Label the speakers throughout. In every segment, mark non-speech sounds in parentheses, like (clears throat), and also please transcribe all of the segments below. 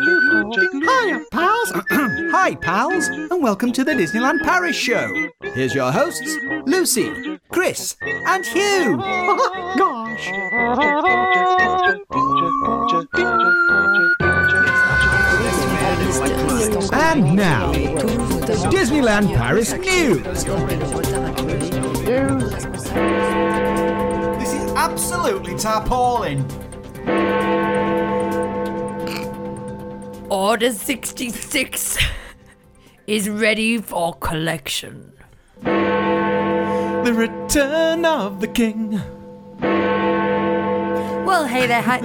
Speaker 1: Hiya, pals! (clears throat) Hi, pals, and welcome to the Disneyland Paris show. Here's your hosts, Lucy, Chris, and Hugh. (laughs) Gosh! And now, Disneyland Paris news. This is absolutely tarpaulin.
Speaker 2: Order 66 (laughs) is ready for collection.
Speaker 1: The return of the king.
Speaker 2: Well, hey there,
Speaker 3: (laughs)
Speaker 2: hi.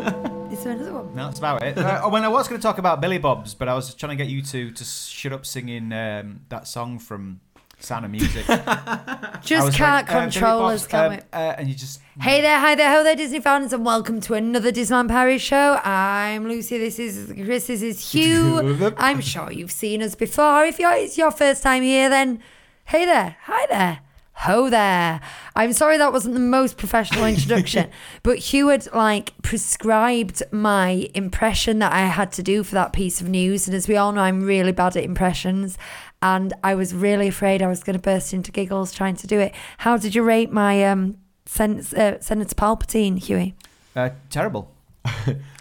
Speaker 2: is there another one?
Speaker 3: No, that's about it. uh, when I was going to talk about Billy Bob's, but I was trying to get you two to s- shut up singing um, that song from Sound
Speaker 1: (laughs)
Speaker 3: of Music. I
Speaker 2: Just
Speaker 3: was
Speaker 2: can't
Speaker 3: like, uh, Billy
Speaker 2: control
Speaker 3: Bob's,
Speaker 2: us, can
Speaker 3: um, uh, and you just
Speaker 2: we? Hey there, hi there, hello there, Disney fans, and welcome to another Disneyland Paris show. I'm Lucy, this is Chris, this
Speaker 3: (laughs)
Speaker 2: is Hugh. I'm sure you've seen us before. If you're, it's your first time here, then hey there, hi there. Ho there. I'm sorry that wasn't the most professional introduction, (laughs) but Hugh had like prescribed my impression that I had to do for that piece of news. And as we all know, I'm really bad at impressions. And I was really afraid I was going to burst into giggles trying to do it. How did you rate my um, sen- uh, Senator Palpatine, Huey?
Speaker 3: uh, terrible.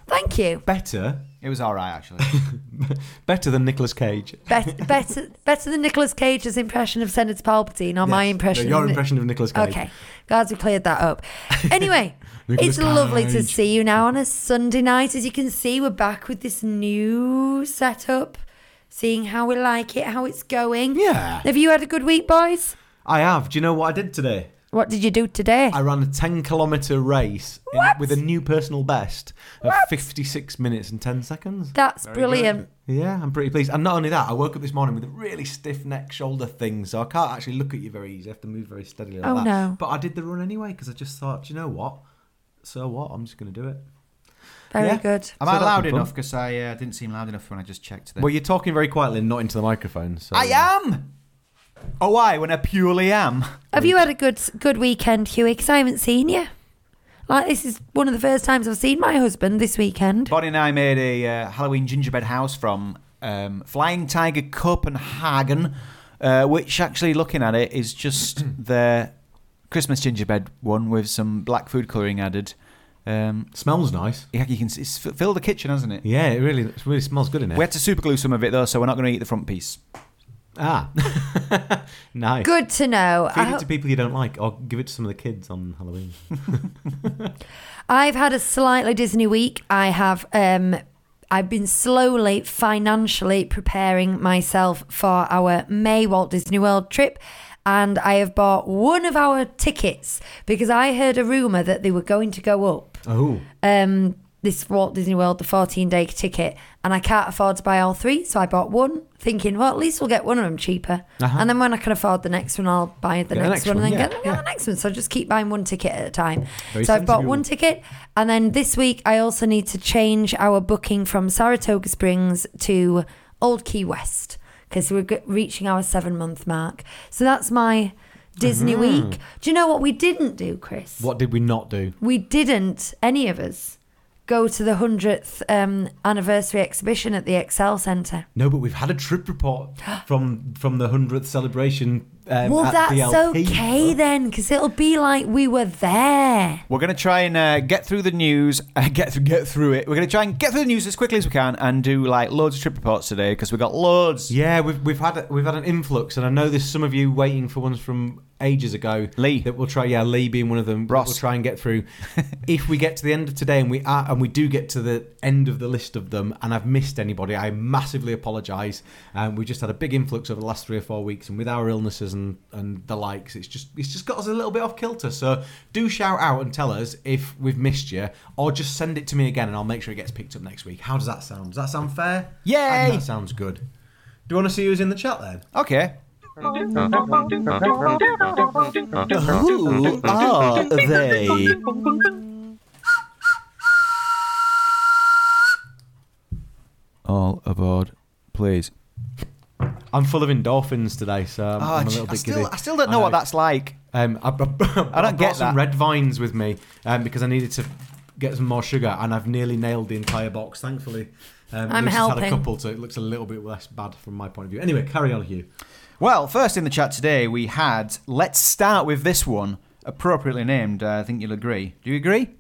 Speaker 2: Thank you.
Speaker 4: better,
Speaker 3: It was all right actually.
Speaker 4: (laughs) better than Nicolas Cage.
Speaker 2: Bet- (laughs) better, better than Nicolas Cage's impression of Senator Palpatine, or my
Speaker 4: Yes.
Speaker 2: impression.
Speaker 4: No, your impression of Nicolas Cage.
Speaker 2: Okay, glad we cleared
Speaker 4: (laughs)
Speaker 2: that up. Anyway,
Speaker 4: Nicolas
Speaker 2: it's lovely to
Speaker 4: Cage.
Speaker 2: see you now on a Sunday night. As you can see, we're back with this new setup, seeing how we like it, how it's going.
Speaker 4: Yeah.
Speaker 2: Have you had a good week, boys?
Speaker 4: I have. Do you know what I did today?
Speaker 2: What did you do today?
Speaker 4: I ran a 10 kilometer race in-
Speaker 2: What?
Speaker 4: with a new personal best of 56 minutes and 10 seconds.
Speaker 2: That's brilliant.
Speaker 4: Yeah, I'm pretty pleased. And not only that, I woke up this morning with a really stiff neck shoulder thing, so I can't actually look at you very easy. I have to move very steadily like
Speaker 2: Oh,
Speaker 4: that.
Speaker 2: no.
Speaker 4: But I did the run anyway because I just thought, "Do you know what? So what? I'm just going to do it.
Speaker 2: Very
Speaker 4: Yeah.
Speaker 2: good.
Speaker 4: So
Speaker 3: Am I
Speaker 4: that'd
Speaker 3: loud
Speaker 4: be fun.
Speaker 3: enough? Because I uh, didn't seem loud enough when I just checked. There.
Speaker 4: Well, you're talking very quietly and not into the microphone. So
Speaker 3: I am. Oh, I when I purely am.
Speaker 2: Have you had a good good weekend, Huey? Because I haven't seen you. Like this is one of the first times I've seen my husband this weekend.
Speaker 3: Bonnie and I made a uh, Halloween gingerbread house from um, Flying Tiger Copenhagen, uh, which actually, looking at it, is just
Speaker 4: (clears throat)
Speaker 3: the Christmas gingerbread one with some black food colouring added. Um,
Speaker 4: Smells nice.
Speaker 3: yeah, you can see, it's f- filled the kitchen, hasn't it?
Speaker 4: Yeah, it really, it really smells good in
Speaker 3: We
Speaker 4: there.
Speaker 3: had to super glue some of it though, so we're not going to eat the front piece.
Speaker 4: Ah, (laughs) nice.
Speaker 2: Good to know. I
Speaker 4: Feed
Speaker 2: ho-
Speaker 4: it to people you don't like, or give it to some of the kids on Halloween.
Speaker 2: I've had a slightly Disney week. I have um I've been slowly financially preparing myself for our May Walt Disney World trip. And I have bought one of our tickets because I heard a rumor that they were going to go up
Speaker 4: Oh,
Speaker 2: um, this Walt Disney World, the 14 day ticket, and I can't afford to buy all three. So I bought one, thinking, well, at least we'll get one of them cheaper. And then when I can afford the next one, I'll buy the,
Speaker 4: Uh-huh. Get
Speaker 2: next, one, and then
Speaker 4: yeah,
Speaker 2: get, get the next one. So I just keep buying one ticket at a time.
Speaker 4: Very
Speaker 2: so I've bought
Speaker 4: sensible.
Speaker 2: one ticket. And then this week, I also need to change our booking from Saratoga Springs to Old Key West because we're g- reaching our seven month mark. So that's my. Disney
Speaker 4: Mm-hmm.
Speaker 2: week. Do you know what we didn't do, Chris?
Speaker 4: what did we not do?
Speaker 2: we didn't any of us go to the 100th um, anniversary exhibition at the excel centre
Speaker 4: No, but we've had a trip (gasps) report from from the hundredth celebration. Um,
Speaker 2: well
Speaker 4: at
Speaker 2: that's
Speaker 4: DLP.
Speaker 2: okay then because it'll be like we were there
Speaker 3: We're going to try and uh, get through the news, (laughs) uh, get through, get through it. We're going to try and get through the news as quickly as we can and do like loads of trip reports today because we've got loads.
Speaker 4: Yeah, we've we've had a, we've had an influx, and I know there's some of you waiting for ones from ages ago.
Speaker 3: Lee.
Speaker 4: that we'll try. Yeah, Lee being one of them. that
Speaker 3: Ross.
Speaker 4: we'll try and get
Speaker 3: (laughs)
Speaker 4: through. if we get to the end of today, and we are, and we do get to the end of the list of them, and I've missed anybody, I massively apologise. Um, we just had a big influx over the last three or four weeks, and with our illnesses and and the likes, it's just it's just got us a little bit off kilter. So do shout out and tell us if we've missed you, or just send it to me again, and I'll make sure it gets picked up next week. How does that sound? Does that sound fair?
Speaker 3: Yay!
Speaker 4: I think that sounds good. Do you want to see who's in the chat then?
Speaker 3: Okay.
Speaker 4: Who are they?
Speaker 3: All aboard, please.
Speaker 4: I'm full of endorphins today, so I'm,
Speaker 3: Oh,
Speaker 4: I'm a
Speaker 3: gee,
Speaker 4: little
Speaker 3: I,
Speaker 4: bit
Speaker 3: still,
Speaker 4: giddy.
Speaker 3: I still don't know, what that's like.
Speaker 4: Um, I, (laughs) I, I
Speaker 3: get
Speaker 4: brought some
Speaker 3: that.
Speaker 4: red vines with me um, because I needed to get some more sugar, and I've nearly nailed the entire box. Thankfully, um,
Speaker 2: I'm
Speaker 4: Lucy's
Speaker 2: helping.
Speaker 4: Had a couple, so it looks a little bit less bad from my point of view. Anyway, carry on, Hugh.
Speaker 3: Well, first in the chat today, we had let's start with this one, appropriately named. Uh, I think you'll agree. Do you agree?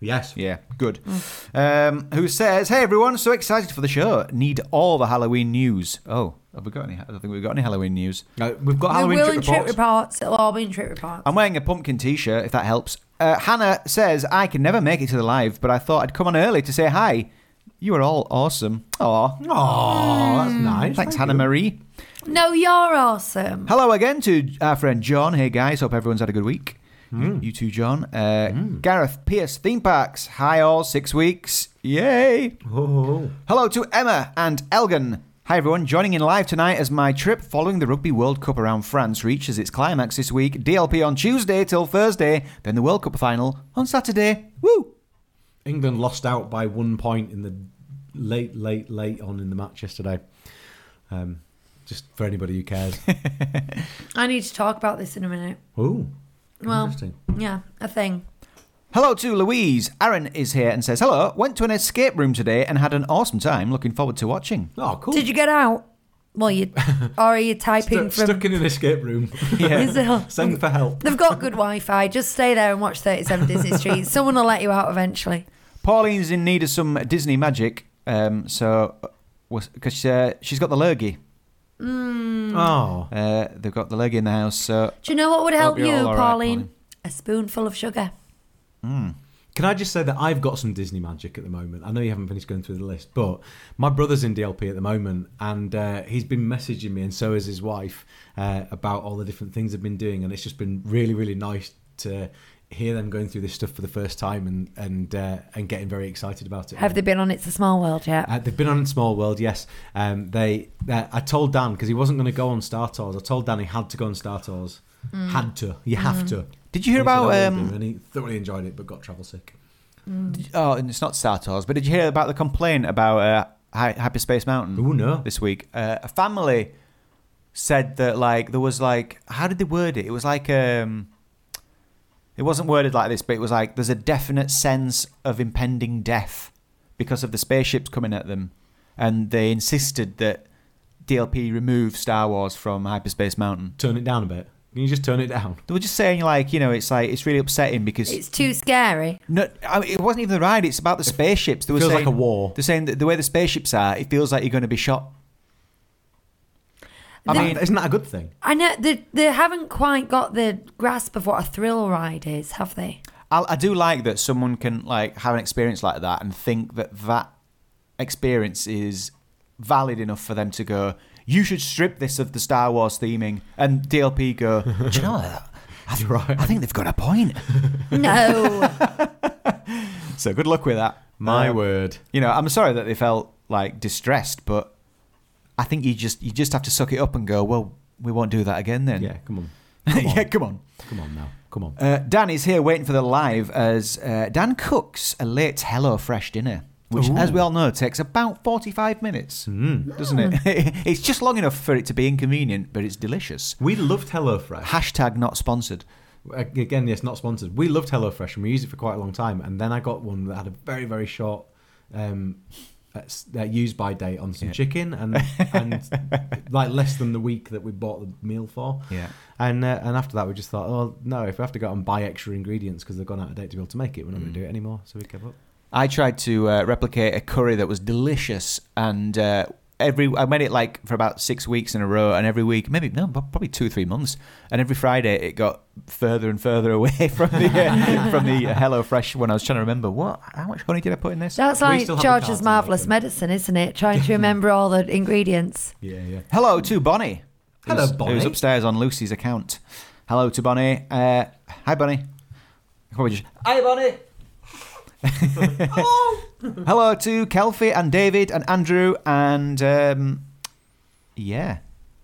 Speaker 4: Yes.
Speaker 3: Yeah, good.
Speaker 4: Mm.
Speaker 3: Um, who says, "Hey everyone, so excited for the show. Need all the Halloween news." Oh, have we got any? I don't think we've got any Halloween news.
Speaker 4: Uh, we've got
Speaker 2: we
Speaker 4: Halloween
Speaker 2: will
Speaker 4: trip
Speaker 2: in trip
Speaker 4: reports.
Speaker 2: reports. It'll all be in trip reports.
Speaker 3: I'm wearing a pumpkin T-shirt, if that helps. Uh, Hannah says, "I can never make it to the live, but I thought I'd come on early to say hi. You are all awesome. Aw,
Speaker 4: Oh, that's nice.
Speaker 3: thanks,
Speaker 4: Thank
Speaker 3: Hannah
Speaker 4: you.
Speaker 3: Marie.
Speaker 2: no, you're awesome.
Speaker 3: Hello again to our friend John. Hey guys, hope everyone's had a good week. You too, John. Uh, Gareth Pierce, theme parks. Hi all, six weeks. Yay!
Speaker 4: Oh,
Speaker 3: Hello to Emma and Elgin. Hi everyone, joining in live tonight as my trip following the Rugby World Cup around France reaches its climax this week. DLP on Tuesday till Thursday, then the World Cup final on Saturday. Woo!
Speaker 4: England lost out by one point in the late, late, late on in the match yesterday. Um, just for anybody who cares.
Speaker 2: I need to talk about this in a minute.
Speaker 4: Ooh,
Speaker 2: Well,
Speaker 4: interesting.
Speaker 2: yeah, a thing.
Speaker 3: Hello to Louise. Aaron is here and says, Hello, went to an escape room today and had an awesome time. Looking forward to watching. (laughs)
Speaker 4: Oh, cool.
Speaker 2: Did you get out?
Speaker 4: (laughs)
Speaker 2: Well, you or are you typing
Speaker 4: Stuck-
Speaker 2: from?
Speaker 4: stuck in an escape room? (laughs)
Speaker 2: Is it-
Speaker 4: Send for help.
Speaker 2: They've got good Wi-Fi. Just stay there and watch 37 Disney
Speaker 4: (laughs)
Speaker 2: Street. Someone will let you out eventually.
Speaker 3: Pauline's in need of some Disney magic, um, so because uh, she's got the lurgy.
Speaker 2: Hmm.
Speaker 4: Oh.
Speaker 3: Uh, they've got the lurgy in the house, so
Speaker 2: Do you know what would help
Speaker 3: you're
Speaker 2: you,
Speaker 3: all
Speaker 2: Pauline?
Speaker 3: right, Pauline.
Speaker 2: A spoonful of sugar.
Speaker 4: Can I just say that I've got some Disney magic at the moment? I know you haven't finished going through the list, but my brother's in DLP at the moment, and uh, he's been messaging me, and so has his wife, uh, about all the different things they've been doing, and it's just been really, really nice to hear them going through this stuff for the first time and and uh, and getting very excited about it.
Speaker 2: Have they been on It's a Small World yet?
Speaker 4: Uh, they've been on Small World, yes. Um, they, uh, I told Dan because he wasn't going to go on Star Tours. I told Dan he had to go on Star Tours.
Speaker 2: Mm.
Speaker 4: Had to. You have to.
Speaker 3: Did you hear
Speaker 4: And he said,
Speaker 3: about,
Speaker 4: "I will
Speaker 3: um,
Speaker 4: do," and he thoroughly enjoyed it, but got travel sick.
Speaker 3: oh, and it's not Star Tours. But did you hear about the complaint about uh, Hi- Hyperspace Mountain?
Speaker 4: Ooh, no.
Speaker 3: This week, uh, a family said that like there was like how did they word it? It was like um, it wasn't worded like this, but it was like there's a definite sense of impending death because of the spaceships coming at them, and they insisted that DLP remove Star Wars from Hyperspace Mountain.
Speaker 4: Turn it down a bit. Can you just turn it down?
Speaker 3: They were just saying like you know it's like it's really upsetting because
Speaker 2: It's too scary.
Speaker 3: no, I mean, it wasn't even the ride. It's about the spaceships. They were
Speaker 4: feels
Speaker 3: saying,
Speaker 4: like a war.
Speaker 3: They're saying that the way the spaceships are, it feels like you're going to be shot. I
Speaker 2: The-
Speaker 3: mean,
Speaker 4: Isn't that a good thing?
Speaker 2: I know they, they haven't quite got the grasp of what a thrill ride is, have they?
Speaker 3: I, I do like that someone can like have an experience like that and think that that experience is valid enough for them to go. You should strip this of the Star Wars theming, and DLP go. Do you know what? (laughs) I, th- I think they've got a point.
Speaker 2: No.
Speaker 3: (laughs) so good luck with that.
Speaker 4: My
Speaker 3: Um,
Speaker 4: word.
Speaker 3: you know, I'm sorry that they felt like distressed, but I think you just you just have to suck it up and go. Well, we won't do that again then.
Speaker 4: Yeah, come on.
Speaker 3: (laughs) yeah, come on.
Speaker 4: Come on now. Come on.
Speaker 3: Uh, Dan is here waiting for the live as uh, Dan cooks a late Hello Fresh dinner, which, as we all know, takes about 45 minutes,
Speaker 4: Mm.
Speaker 3: doesn't it? (laughs) it's just long enough for it to be inconvenient, but it's delicious.
Speaker 4: We loved HelloFresh.
Speaker 3: Hashtag not sponsored.
Speaker 4: again, it's not sponsored. We loved HelloFresh and we used it for quite a long time. And then I got one that had a very, very short um, uh, s- uh, use by date on some chicken and and (laughs) like less than the week that we bought the meal for.
Speaker 3: Yeah.
Speaker 4: And uh, and after that, we just thought, oh no, if we have to go out and buy extra ingredients because they've gone out of date to be able to make it, we're not going to do it anymore. So we gave up.
Speaker 3: I tried to uh, replicate a curry that was delicious, and uh, every I made it like for about six weeks in a row, and every week, maybe no, pro- probably two or three months, and every Friday it got further and further (laughs) away from the uh, from the Hello Fresh one. I was trying to remember what how much honey did I put in this.
Speaker 2: That's
Speaker 4: We
Speaker 2: like
Speaker 4: still have a card
Speaker 2: George's
Speaker 4: to make
Speaker 2: marvelous
Speaker 4: them.
Speaker 2: medicine, isn't it? Trying to remember all the ingredients.
Speaker 4: Yeah, yeah.
Speaker 3: Hello to Bonnie.
Speaker 4: Hello,
Speaker 3: who's,
Speaker 4: Bonnie.
Speaker 3: Who's upstairs on Lucy's account? Hello to Bonnie. Uh, hi, Bonnie. I probably just-
Speaker 5: Hi, Bonnie.
Speaker 3: Hello to Kelfie and David and Andrew and um, yeah,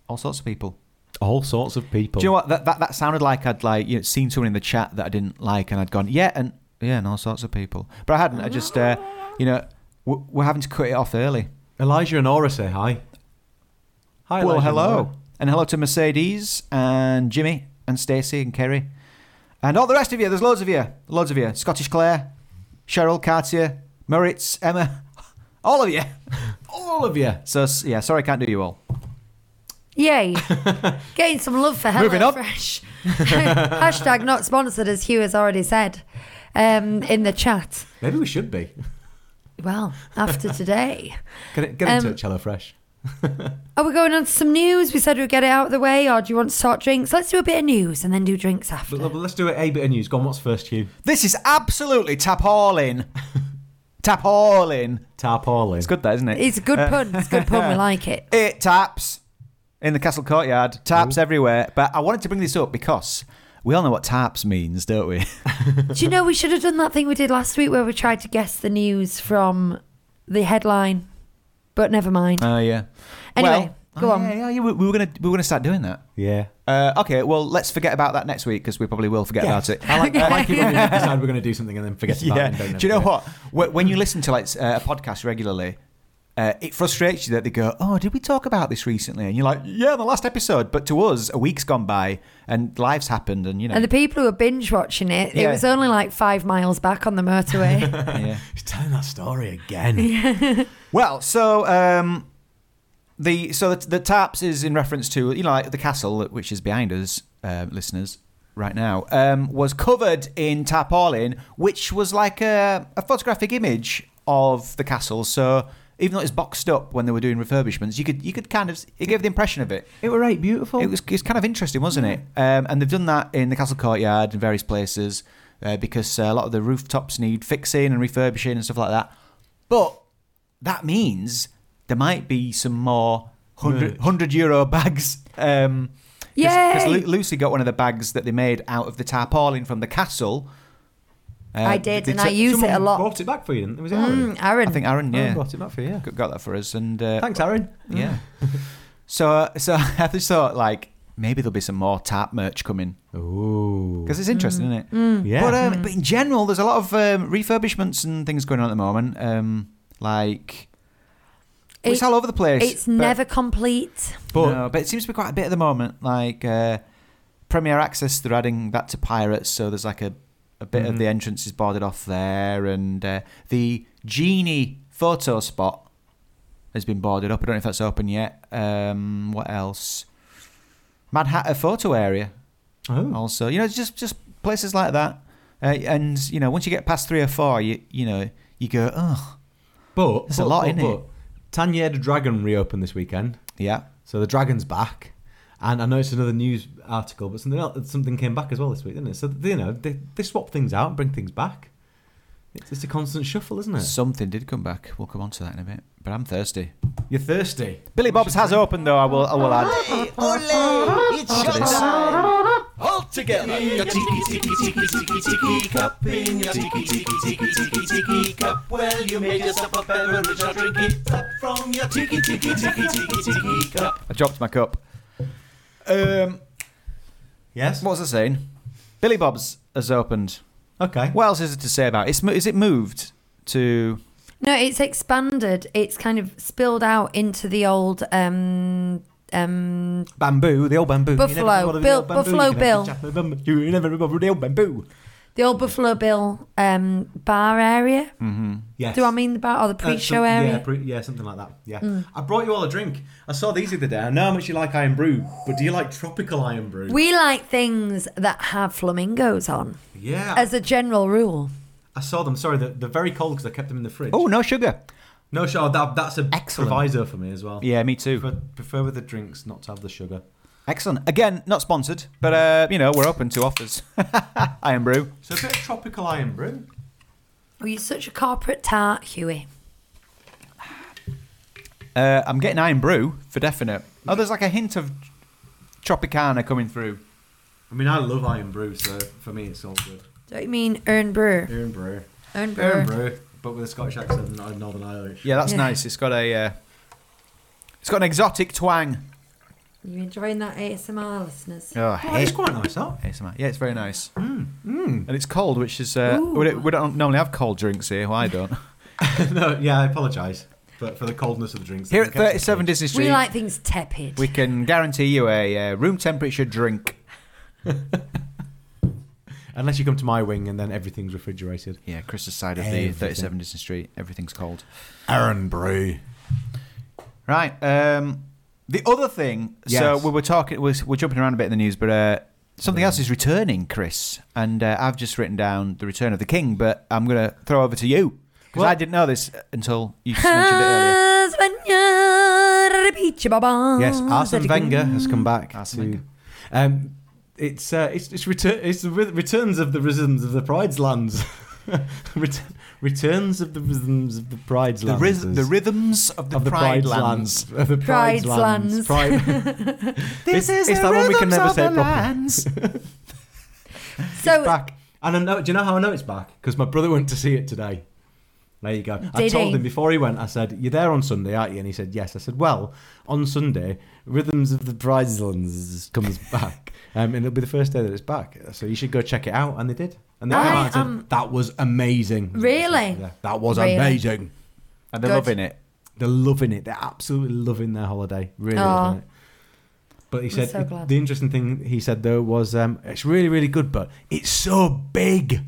Speaker 3: all sorts of people.
Speaker 4: All sorts of people.
Speaker 3: Do you know what that, that that sounded like? I'd like you know, seen someone in the chat that I didn't like, and I'd gone yeah, and yeah, and all sorts of people. But I hadn't. I just uh, you know w- we're having to cut it off early.
Speaker 4: Elijah and Aura say hi. Hi.
Speaker 3: well,
Speaker 4: Elijah and
Speaker 3: hello
Speaker 4: Aura.
Speaker 3: and hello to Mercedes and Jimmy and Stacey and Kerry and all the rest of you. There's loads of you, loads of you. Scottish Claire, Cheryl, Cartier, Moritz, Emma, (laughs) all of you.
Speaker 4: All of you.
Speaker 3: So s- yeah, sorry, I can't do you all. (laughs)
Speaker 2: Yay. Getting some love for Hello
Speaker 3: Moving on.
Speaker 2: Fresh. (laughs) Hashtag not sponsored, as Hugh has already said um, in the chat.
Speaker 4: Maybe we should be.
Speaker 2: Well,
Speaker 3: (laughs)
Speaker 2: after today.
Speaker 4: Get, it, get in
Speaker 2: Um,
Speaker 4: touch, HelloFresh.
Speaker 2: Are we going on to some news? We said we'd get it out of the way, or do you want to start drinks? Let's do a bit of news and then do drinks after.
Speaker 4: But, but let's do a bit of news. Go on, what's first, Hugh?
Speaker 3: This is absolutely tap all in. (laughs) tap all in.
Speaker 4: Tarpaulin.
Speaker 3: It's good, that isn't it? Uh,
Speaker 2: It's a good pun. It's a good
Speaker 3: (laughs)
Speaker 2: pun. We like it.
Speaker 3: It taps in the castle courtyard. Taps everywhere. But I wanted to bring this up because we all know what taps means, don't we?
Speaker 2: Do you know we should have done that thing we did last week where we tried to guess the news from the headline, but never mind.
Speaker 3: Oh yeah.
Speaker 2: Anyway,
Speaker 3: Well-
Speaker 2: go
Speaker 3: oh,
Speaker 2: on.
Speaker 3: Yeah, yeah, yeah, we, we were gonna we were gonna start doing that.
Speaker 4: Yeah.
Speaker 3: Uh, okay, well, let's forget about that next week because we probably will forget about it.
Speaker 4: I like,
Speaker 3: (laughs)
Speaker 4: I like it when (laughs) we decide we're going to do something and then forget about it. and don't
Speaker 3: Do you
Speaker 4: ever
Speaker 3: know
Speaker 4: do it.
Speaker 3: what? Wh- When you listen to like s- uh, a podcast regularly, uh, it frustrates you that they go, "Oh, did we talk about this recently?" And you're like, "Yeah, the last episode." But to us, a week's gone by and life's happened, and you know,
Speaker 2: And the people who were binge watching it, it
Speaker 3: Yeah.
Speaker 2: was only like five miles back on the
Speaker 3: (laughs)
Speaker 2: motorway.
Speaker 3: (laughs) yeah.
Speaker 4: He's telling that story again.
Speaker 3: Well, so um, the so the, the taps is in reference to you know like the castle which is behind us, uh, listeners, right now um, was covered in tarpaulin, which was like a, a photographic image of the castle. So even though it's boxed up when they were doing refurbishments, you could you could kind of it gave the impression of it.
Speaker 4: It were right beautiful.
Speaker 3: It was it's kind of interesting, wasn't it? Um, and they've done that in the castle courtyard and various places uh, because uh, a lot of the rooftops need fixing and refurbishing and stuff like that. But that means there might be some more 100, 100 euro bags. Um, Because
Speaker 2: (laughs) Yay!
Speaker 3: Lucy got one of the bags that they made out of the tarpaulin from the castle. Uh,
Speaker 2: I did,
Speaker 3: they
Speaker 2: and I
Speaker 3: took-
Speaker 2: use it a
Speaker 4: Someone
Speaker 2: lot.
Speaker 4: Brought it back for you, didn't they? Was it Aaron?
Speaker 2: Mm, Aaron,
Speaker 3: I think Aaron,
Speaker 4: Aaron
Speaker 3: yeah,
Speaker 4: brought it back for you. Yeah.
Speaker 3: got got that for us, and uh,
Speaker 4: Thanks, Aaron.
Speaker 3: yeah.
Speaker 2: (laughs)
Speaker 3: so, so (laughs) I just thought like maybe there'll be some more tap merch coming
Speaker 4: Ooh.
Speaker 3: because it's interesting, isn't
Speaker 2: Mm.
Speaker 3: it?
Speaker 4: Yeah.
Speaker 3: But, um, but in general, there's a lot of um, refurbishments and things going on at the moment. Um, like it's
Speaker 2: It-
Speaker 3: all over the place.
Speaker 2: it's
Speaker 3: but-
Speaker 2: never complete.
Speaker 3: But no, but it seems to be quite a bit at the moment. Like uh, Premier Access, they're adding that to Pirates, so there's like a a bit of
Speaker 4: Mhm.
Speaker 3: the entrance is boarded off there, and uh, the genie photo spot has been boarded up. I don't know if that's open yet. Um, what else? Mad Hatter photo area
Speaker 4: oh.
Speaker 3: also you know it's just just places like that uh, and you know once you get past three or four you you know you go oh
Speaker 4: but
Speaker 3: There's a lot
Speaker 4: but,
Speaker 3: in
Speaker 4: but,
Speaker 3: it.
Speaker 4: Tanya the Dragon reopened this weekend.
Speaker 3: yeah
Speaker 4: So the dragon's back, and I know it's another news article, but something else, something came back as well this week, didn't it? So you know they, they swap things out, and bring things back. It's, it's a constant shuffle, isn't it?
Speaker 3: something did come back we'll come on to that in a bit but i'm thirsty
Speaker 4: You're thirsty.
Speaker 3: billy bob's has opened though i will i will add
Speaker 5: It's
Speaker 3: to this
Speaker 5: all together. Your tiki tiki tiki tiki tiki cup in your tiki tiki tiki tiki tiki cup. Well, you made yourself a beverage. Now drink it up from your tiki tiki tiki tiki tiki cup.
Speaker 3: i dropped my cup um
Speaker 4: Yes.
Speaker 3: what was i saying billy bob's has opened
Speaker 4: Okay.
Speaker 3: what else is there to say about it it's, mo- is it moved to
Speaker 2: No, it's expanded. It's kind of spilled out into the old um um
Speaker 4: Bamboo, the old bamboo. You never
Speaker 2: Buffalo
Speaker 4: remember the
Speaker 2: Bill-
Speaker 4: old bamboo,
Speaker 2: Buffalo
Speaker 4: you never
Speaker 2: Bill.
Speaker 4: remember the bamboo, You never remember the old bamboo.
Speaker 2: the old Buffalo Bill um bar area.
Speaker 4: Yes.
Speaker 2: Do I mean the bar or the
Speaker 4: Uh,
Speaker 2: pre-show
Speaker 4: some-
Speaker 2: area? Mm.
Speaker 4: Yeah, pre- yeah, something like that. Yeah. I brought you all a drink. I saw these the other day. I know how much you like iron brew, but do you like tropical iron brew?
Speaker 2: we like things that have flamingos on,
Speaker 4: yeah.
Speaker 2: as a general rule.
Speaker 4: I saw them. Sorry, they're, they're very cold because I kept them in the fridge.
Speaker 3: oh no sugar
Speaker 4: No, sure. That, that's a
Speaker 3: Excellent.
Speaker 4: proviso for me as well.
Speaker 3: yeah me too
Speaker 4: Prefer, prefer with the drinks not to have the sugar.
Speaker 3: excellent again not sponsored but uh you know we're open to offers (laughs) iron brew
Speaker 4: So a bit of tropical iron brew.
Speaker 2: Oh, you're such a corporate tart, Huey.
Speaker 3: Uh, I'm getting iron brew for definite. Oh, there's like a hint of Tropicana coming through.
Speaker 4: I mean, I love iron brew, so for me it's all good.
Speaker 2: Don't you mean Earn Brewer?
Speaker 4: Iron brew.
Speaker 2: Earn Brewer.
Speaker 4: Iron brew, but with a Scottish accent and not a Northern Irish.
Speaker 3: Yeah, that's
Speaker 2: Yeah.
Speaker 3: nice. It's got a, uh, it's got an exotic twang.
Speaker 2: You enjoying that ASMR, listeners?
Speaker 3: Oh, I
Speaker 4: Oh, it's
Speaker 3: hate
Speaker 4: quite nice, that.
Speaker 3: ASMR. Yeah, it's very nice.
Speaker 2: Mm,
Speaker 3: And it's cold, which is uh, we, don't, we don't normally have cold drinks here. Well,
Speaker 2: (laughs)
Speaker 3: I don't.
Speaker 4: (laughs) no, yeah, I apologise, but for the coldness of the drinks.
Speaker 3: here
Speaker 4: that
Speaker 3: at
Speaker 4: we kept in
Speaker 3: 37
Speaker 4: the
Speaker 3: Disney Street,
Speaker 2: We
Speaker 3: we,
Speaker 2: like things tepid.
Speaker 3: can guarantee you a uh, room temperature drink.
Speaker 4: fridge. Unless you come to my wing and then everything's refrigerated.
Speaker 3: Yeah, Chris's side of
Speaker 4: Everything.
Speaker 3: the 37 Disney Street. Everything's cold.
Speaker 4: Aaron Bray.
Speaker 3: Right. Um, the other thing. So
Speaker 4: Yes.
Speaker 3: we were talking. We're, we're jumping around a bit in the news, but uh, something else is returning, Chris. And uh, I've just written down the Return of the King, but I'm going to throw over to you because I didn't know this until you just mentioned
Speaker 4: (laughs)
Speaker 3: it earlier.
Speaker 4: Yes,
Speaker 2: Yes,
Speaker 4: Arsene Wenger has
Speaker 2: Mm.
Speaker 4: come back.
Speaker 3: Arsene
Speaker 4: to-
Speaker 3: Wenger.
Speaker 4: Um, it's uh, it's it's, retur- it's the re- returns of the rhythms of the Pride's lands. (laughs) Ret- returns of the rhythms of the Pride's
Speaker 3: The,
Speaker 4: lands.
Speaker 3: ryth- the rhythms of the,
Speaker 4: of the
Speaker 3: Pride,
Speaker 4: Pride's
Speaker 3: Lands.
Speaker 4: lands. Of the
Speaker 2: Pride's lands. (laughs)
Speaker 4: Pride- It's-
Speaker 3: This is
Speaker 4: it's
Speaker 3: the
Speaker 4: that one we can
Speaker 3: rhythms
Speaker 4: never
Speaker 3: of
Speaker 4: say
Speaker 3: the
Speaker 4: properly. (laughs)
Speaker 3: lands.
Speaker 2: So
Speaker 4: back. And I know. Do you know how I know it's back? Because my brother went to see it today. There you go. I
Speaker 2: Did
Speaker 4: told
Speaker 2: he?
Speaker 4: him before he went. I said, "You're there on Sunday, aren't you?" And he said, "Yes." I said, "Well, on Sunday, Rhythms of the Bridelands comes (laughs) back, um, and it'll be the first day that it's back. So you should go check it out." And they did. And they
Speaker 2: I
Speaker 4: came out and said,
Speaker 2: am-
Speaker 4: "That was amazing."
Speaker 2: Really?
Speaker 4: Yeah, that was
Speaker 2: Really?
Speaker 4: amazing.
Speaker 3: and they're
Speaker 2: Good.
Speaker 3: loving it.
Speaker 4: They're loving it. They're absolutely loving their holiday. Really
Speaker 2: Aw.
Speaker 4: loving it. But he said
Speaker 2: so glad.
Speaker 4: the interesting thing he said though was um, it's really really good, but it's so big.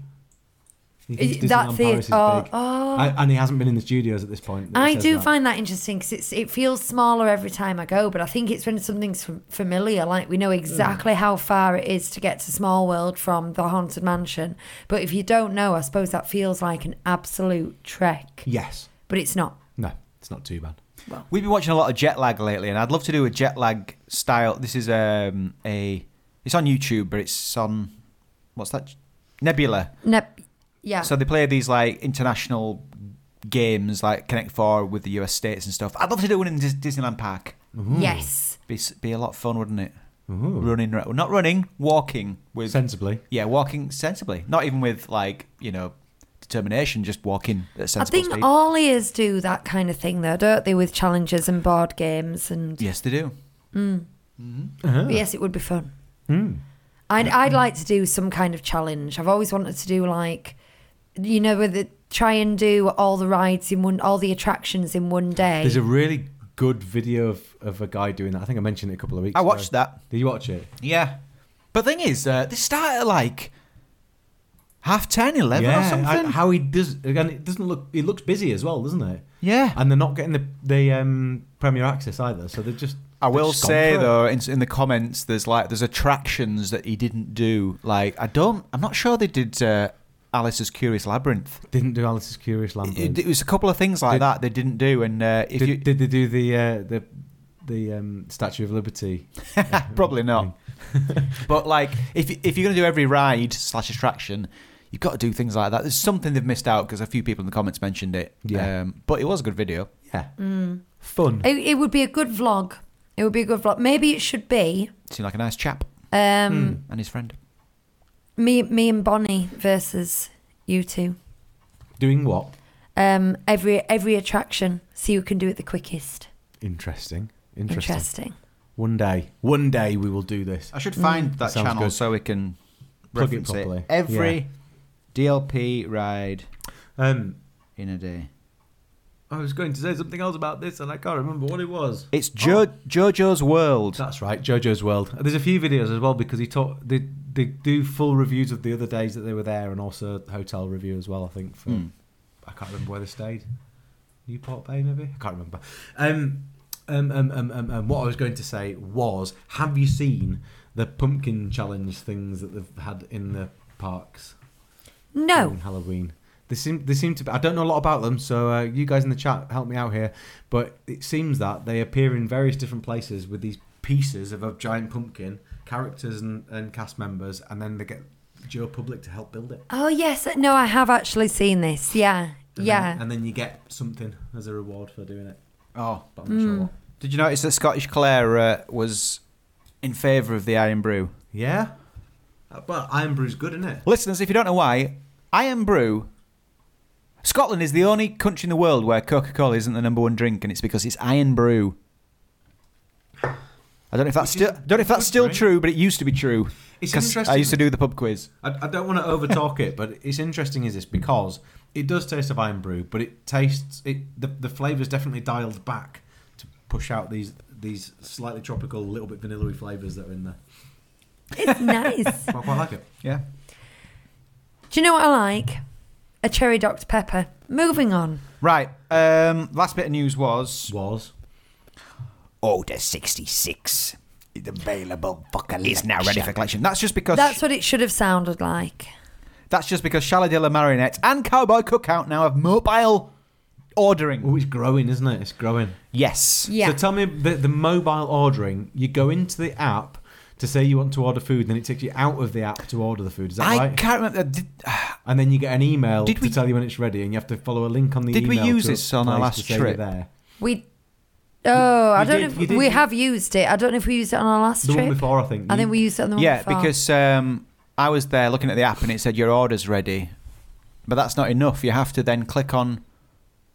Speaker 4: He thinks
Speaker 2: It- that's
Speaker 4: Disneyland
Speaker 2: it.
Speaker 4: Paris is
Speaker 2: Oh,
Speaker 4: big.
Speaker 2: oh.
Speaker 4: I- and he hasn't been in the studios at this point. that he
Speaker 2: I
Speaker 4: says
Speaker 2: do
Speaker 4: that.
Speaker 2: find that interesting because it feels smaller every time I go, but I think it's when something's f- familiar. Like we know exactly how far it is to get to Small World from the Haunted Mansion. But if you don't know, I suppose that feels like an absolute trek.
Speaker 4: yes,
Speaker 2: But it's not.
Speaker 4: no, it's not too bad.
Speaker 3: We've been watching a lot of jet lag lately, and I'd love to do a jet lag style. This is um, a. It's on YouTube, but it's on. What's that? Nebula.
Speaker 2: Nep- yeah.
Speaker 3: So they play these like international games, like Connect Four with the US states and stuff. I'd love to do one in Dis- Disneyland Park.
Speaker 2: yes.
Speaker 3: Be s- be a lot of fun, wouldn't it? Running, ra- not running, walking with.
Speaker 4: Sensibly,
Speaker 3: yeah, walking sensibly, not even with like you know determination, just walking at
Speaker 2: I
Speaker 3: sensible
Speaker 2: think
Speaker 3: speed.
Speaker 2: all ears do that kind of thing, though, don't they, with challenges and board games? And
Speaker 3: yes, they do.
Speaker 2: But yes, it would be fun.
Speaker 4: Hmm.
Speaker 2: I'd I'd like to do some kind of challenge. I've always wanted to do like, you know, with the, try and do all the rides in one, all the attractions in one day.
Speaker 4: there's a really good video of, of a guy doing that. I think I mentioned it a couple of weeks.
Speaker 3: I
Speaker 4: ago.
Speaker 3: watched that.
Speaker 4: Did you watch it?
Speaker 3: Yeah. But thing is, uh, they start at like half 10, 11 or something.
Speaker 4: I- how he does again? It doesn't look. It looks busy as well, doesn't it?
Speaker 3: yeah.
Speaker 4: and they're not getting the the um, Premier access either. So they're just.
Speaker 3: I
Speaker 4: they've
Speaker 3: will
Speaker 4: just gone
Speaker 3: say
Speaker 4: for it.
Speaker 3: though, in, in the comments, there's like there's attractions that he didn't do. Like I don't, I'm not sure they did uh, Alice's Curious Labyrinth.
Speaker 4: didn't do Alice's Curious Land.
Speaker 3: It, it was a couple of things like
Speaker 4: Did-
Speaker 3: that they didn't do, and uh, if
Speaker 4: Did,
Speaker 3: you (laughs)
Speaker 4: did they do the uh, the the um, Statue of Liberty? (laughs)
Speaker 3: probably not. but like if you- if you're gonna do every ride slash attraction, you've got to do things like that. There's something they've missed out because a few people in the comments mentioned it.
Speaker 4: Yeah.
Speaker 3: um, but it was a good video.
Speaker 4: Yeah,
Speaker 3: Mm.
Speaker 4: fun.
Speaker 2: it, it would be a good vlog. It would be a good vlog. Maybe it should be
Speaker 3: Seemed like a nice chap
Speaker 2: um,
Speaker 3: and his friend.
Speaker 4: Hmm.
Speaker 2: me me and Bonnie versus you two.
Speaker 4: Doing what?
Speaker 2: Um, every every attraction, see who can do it the quickest.
Speaker 4: Interesting. Interesting.
Speaker 2: Interesting.
Speaker 4: One day, one day we will do this.
Speaker 3: I should find that
Speaker 4: Sounds
Speaker 3: channel
Speaker 4: good.
Speaker 3: so we can
Speaker 4: Plug it
Speaker 3: reference it,
Speaker 4: properly.
Speaker 3: Every
Speaker 4: Yeah.
Speaker 3: DLP ride
Speaker 4: Um,
Speaker 3: in a day.
Speaker 4: I was going to say something else about this, and I can't remember what it was.
Speaker 3: It's jo- JoJo's World.
Speaker 4: That's right, JoJo's World. There's a few videos as well because he taught they they do full reviews of the other days that they were there and also hotel review as well. I think for I can't remember where they stayed, Newport Bay maybe. I can't remember. Um, um, um, um, um, um, what I was going to say was, have you seen the pumpkin challenge things that they've had in the parks
Speaker 2: No,
Speaker 4: during Halloween? They seem they seem to. Be, I don't know a lot about them, so uh, you guys in the chat help me out here. But it seems that they appear in various different places with these pieces of a giant pumpkin, characters and, and cast members, and then they get Joe Public to help build it.
Speaker 2: oh yes, no, I have actually seen this. Yeah,
Speaker 4: And
Speaker 2: yeah.
Speaker 4: then, and then you get something as a reward for doing it.
Speaker 3: Oh,
Speaker 4: But I'm not
Speaker 2: Hmm.
Speaker 4: sure what.
Speaker 3: did you notice that Scottish Clare uh, was in favour of the Iron Brew?
Speaker 4: Yeah. Uh, Well, Iron Brew's good, isn't it?
Speaker 3: Listeners, if you don't know why, Iron Brew. Scotland is the only country in the world where Coca Cola isn't the number one drink, and it's because it's Iron Brew. I don't know if that's
Speaker 4: Which is
Speaker 3: still don't know if
Speaker 4: a
Speaker 3: that's
Speaker 4: good
Speaker 3: still
Speaker 4: drink.
Speaker 3: true, but it used to be true.
Speaker 4: It's
Speaker 3: 'Cause I
Speaker 4: interesting.
Speaker 3: used to do the pub quiz.
Speaker 4: I, I don't want to overtalk it, but it's interesting is this because it does taste of iron brew, but it tastes it the the flavour's definitely dialed back to push out these these slightly tropical, little bit vanilla-y flavours that are in there.
Speaker 2: It's nice.
Speaker 4: I quite like it.
Speaker 3: Yeah.
Speaker 2: Do you know what I like? A cherry Dr. Pepper. Moving on.
Speaker 3: Right. Um, last bit of news was
Speaker 4: Was.
Speaker 3: Order 66 is available for collection. Is now ready for collection. That's just because
Speaker 2: That's what it should have sounded like.
Speaker 3: that's just because Chalet de la Marionette and Cowboy Cookout now have mobile ordering.
Speaker 4: Oh, it's growing, isn't it? It's growing.
Speaker 3: Yes.
Speaker 2: Yeah.
Speaker 4: So tell me the, the mobile ordering. You go into the app to say you want to order food, then it takes you out of the app to order the food. Is that
Speaker 3: I
Speaker 4: right?
Speaker 3: can't remember. Did,
Speaker 4: and then you get an email
Speaker 3: Did
Speaker 4: to
Speaker 3: we-
Speaker 4: tell you when it's ready, and you have to follow a link on the
Speaker 3: Did we
Speaker 4: email
Speaker 3: use
Speaker 4: to a
Speaker 3: this on our
Speaker 4: place
Speaker 3: last
Speaker 4: to say you're
Speaker 3: trip?
Speaker 4: There.
Speaker 2: We. Oh, I
Speaker 4: you
Speaker 2: don't
Speaker 4: did-
Speaker 2: know
Speaker 4: you
Speaker 2: if
Speaker 4: did-
Speaker 2: we have used it. I don't know if we used it on our last
Speaker 4: The
Speaker 2: trip.
Speaker 4: one before, I think.
Speaker 2: I
Speaker 4: You-
Speaker 2: think we used it on the one
Speaker 3: yeah,
Speaker 2: before.
Speaker 3: because um, I was there looking at the app and it said your order's ready, but that's not enough. You have to then click on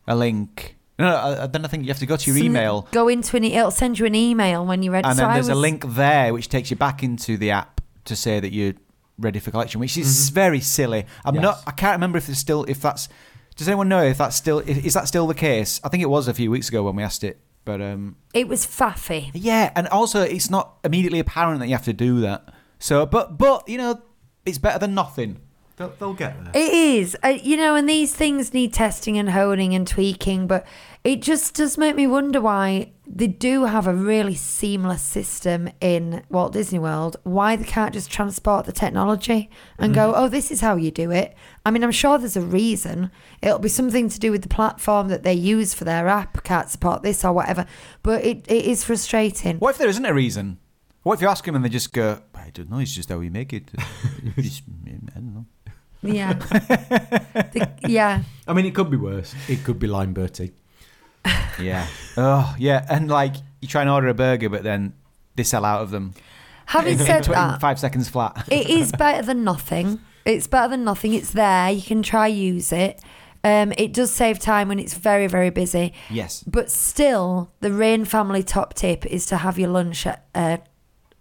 Speaker 3: a link. No, no I- I- then I think you have to go to your
Speaker 2: Some-
Speaker 3: email,
Speaker 2: Go into an. e- It'll send you an email when you read.
Speaker 3: and
Speaker 2: so
Speaker 3: then
Speaker 2: I
Speaker 3: there's a
Speaker 2: was-
Speaker 3: link there which takes you back into the app to say that you're ready for collection, which is very silly. I'm
Speaker 4: Yes.
Speaker 3: not. I can't remember if it's still if that's. Does anyone know if that's still i- is that still the case? I think it was a few weeks ago when we asked it, but um,
Speaker 2: It was faffy.
Speaker 3: Yeah, and also it's not immediately apparent that you have to do that. So, but but you know, it's better than nothing.
Speaker 4: They'll, they'll get there.
Speaker 2: It is, uh, you know, and these things need testing and honing and tweaking, but it just does make me wonder why they do have a really seamless system in Walt Disney World. Why they can't just transport the technology and go, oh, this is how you do it. I mean, I'm sure there's a reason. It'll be something to do with the platform that they use for their app, can't support this or whatever, but it, it is frustrating.
Speaker 3: What if there isn't a reason? What if you ask him and they just go, "I don't know. It's just how we make it. It's- I don't know."
Speaker 2: Yeah. The- yeah.
Speaker 4: I mean, it could be worse. It could be Lime Bertie.
Speaker 3: Yeah. Oh yeah, and like you try and order a burger, but then they sell out of them.
Speaker 2: Having said
Speaker 3: Tw- in
Speaker 2: that,
Speaker 3: five seconds flat.
Speaker 2: it is better than nothing. It's better than nothing. It's there. You can try use it. Um, it does save time when it's very very busy.
Speaker 3: Yes.
Speaker 2: But still, the Rain family top tip is to have your lunch at uh,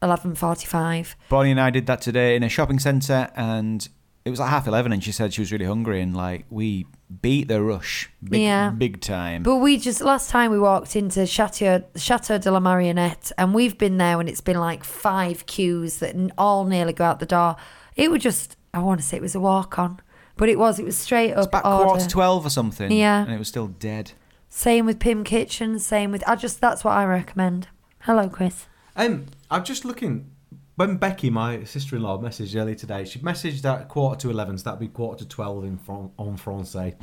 Speaker 2: eleven forty-five.
Speaker 3: Bonnie and I did that today in a shopping centre, and it was like half eleven, and she said she was really hungry, and like we beat the rush, big,
Speaker 2: Yeah.
Speaker 3: big time.
Speaker 2: But we just last time we walked into Chateau Chateau de la Marionette, and we've been there when it's been like five queues that n- all nearly go out the door. It was just I want to say it was a walk on, but it was it was straight up
Speaker 3: It's about
Speaker 2: order.
Speaker 3: quarter to twelve or something.
Speaker 2: Yeah.
Speaker 3: And it was still dead.
Speaker 2: Same with Pim Kitchen. Same with I just that's what I recommend. Hello, Chris.
Speaker 4: Um, I'm just looking. When Becky, my sister-in-law, messaged earlier today, she messaged at quarter to eleven, so that'd be quarter to twelve in Fran- on (laughs) Francais.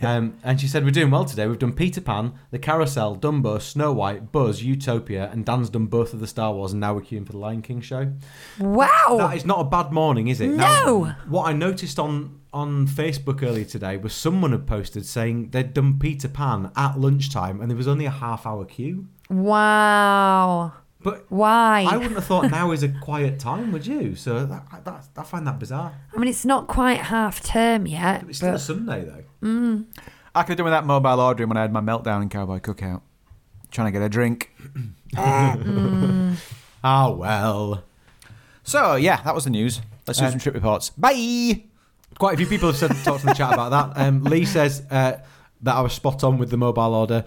Speaker 4: um, and she said, "We're doing well today. We've done Peter Pan, The Carousel, Dumbo, Snow White, Buzz, Utopia, and Dan's done both of the Star Wars, and now we're queuing for the Lion King show."
Speaker 2: Wow.
Speaker 4: That is not a bad morning, is it?
Speaker 2: Oh. No.
Speaker 4: what I noticed on on Facebook earlier today was someone had posted saying they'd done Peter Pan at lunchtime, and there was only a half-hour queue.
Speaker 2: wow.
Speaker 4: But
Speaker 2: Why?
Speaker 4: I
Speaker 2: I
Speaker 4: wouldn't have
Speaker 2: (laughs)
Speaker 4: thought now is a quiet time, would you? So that, that, I find that bizarre.
Speaker 2: mean, it's not quite half term yet.
Speaker 4: It's still a
Speaker 2: But
Speaker 4: Sunday though.
Speaker 3: I could have done with that mobile ordering when I had my meltdown in Cowboy Cookout, trying to get a drink.
Speaker 4: Ah well.
Speaker 3: So yeah, that was the news. Let's do
Speaker 4: Uh,
Speaker 2: Um,
Speaker 3: some trip reports. Bye.
Speaker 4: Quite a few people have said talked in the chat about that. Um, Lee says uh, that I was spot on with the mobile order.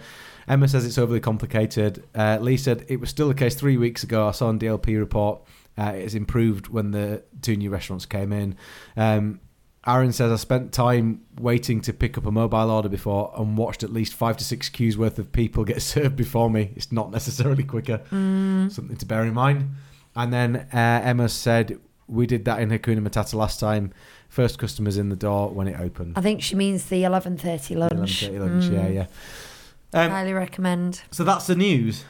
Speaker 4: Emma says it's overly complicated. Uh, Lee said it was still the case three weeks ago. I saw on DLP report uh, it has improved when the two new restaurants came in. Um, Aaron says I spent time waiting to pick up a mobile order before and watched at least five to six queues worth of people get (laughs) served before me. It's not necessarily quicker. Something to bear in mind. And then uh, Emma said we did that in Hakuna Matata last time. First customers in the door when it opened.
Speaker 2: I think she means the eleven thirty lunch. Mm.
Speaker 4: 11:30 lunch. Yeah, yeah. Um,
Speaker 2: Highly recommend.
Speaker 4: so that's the news.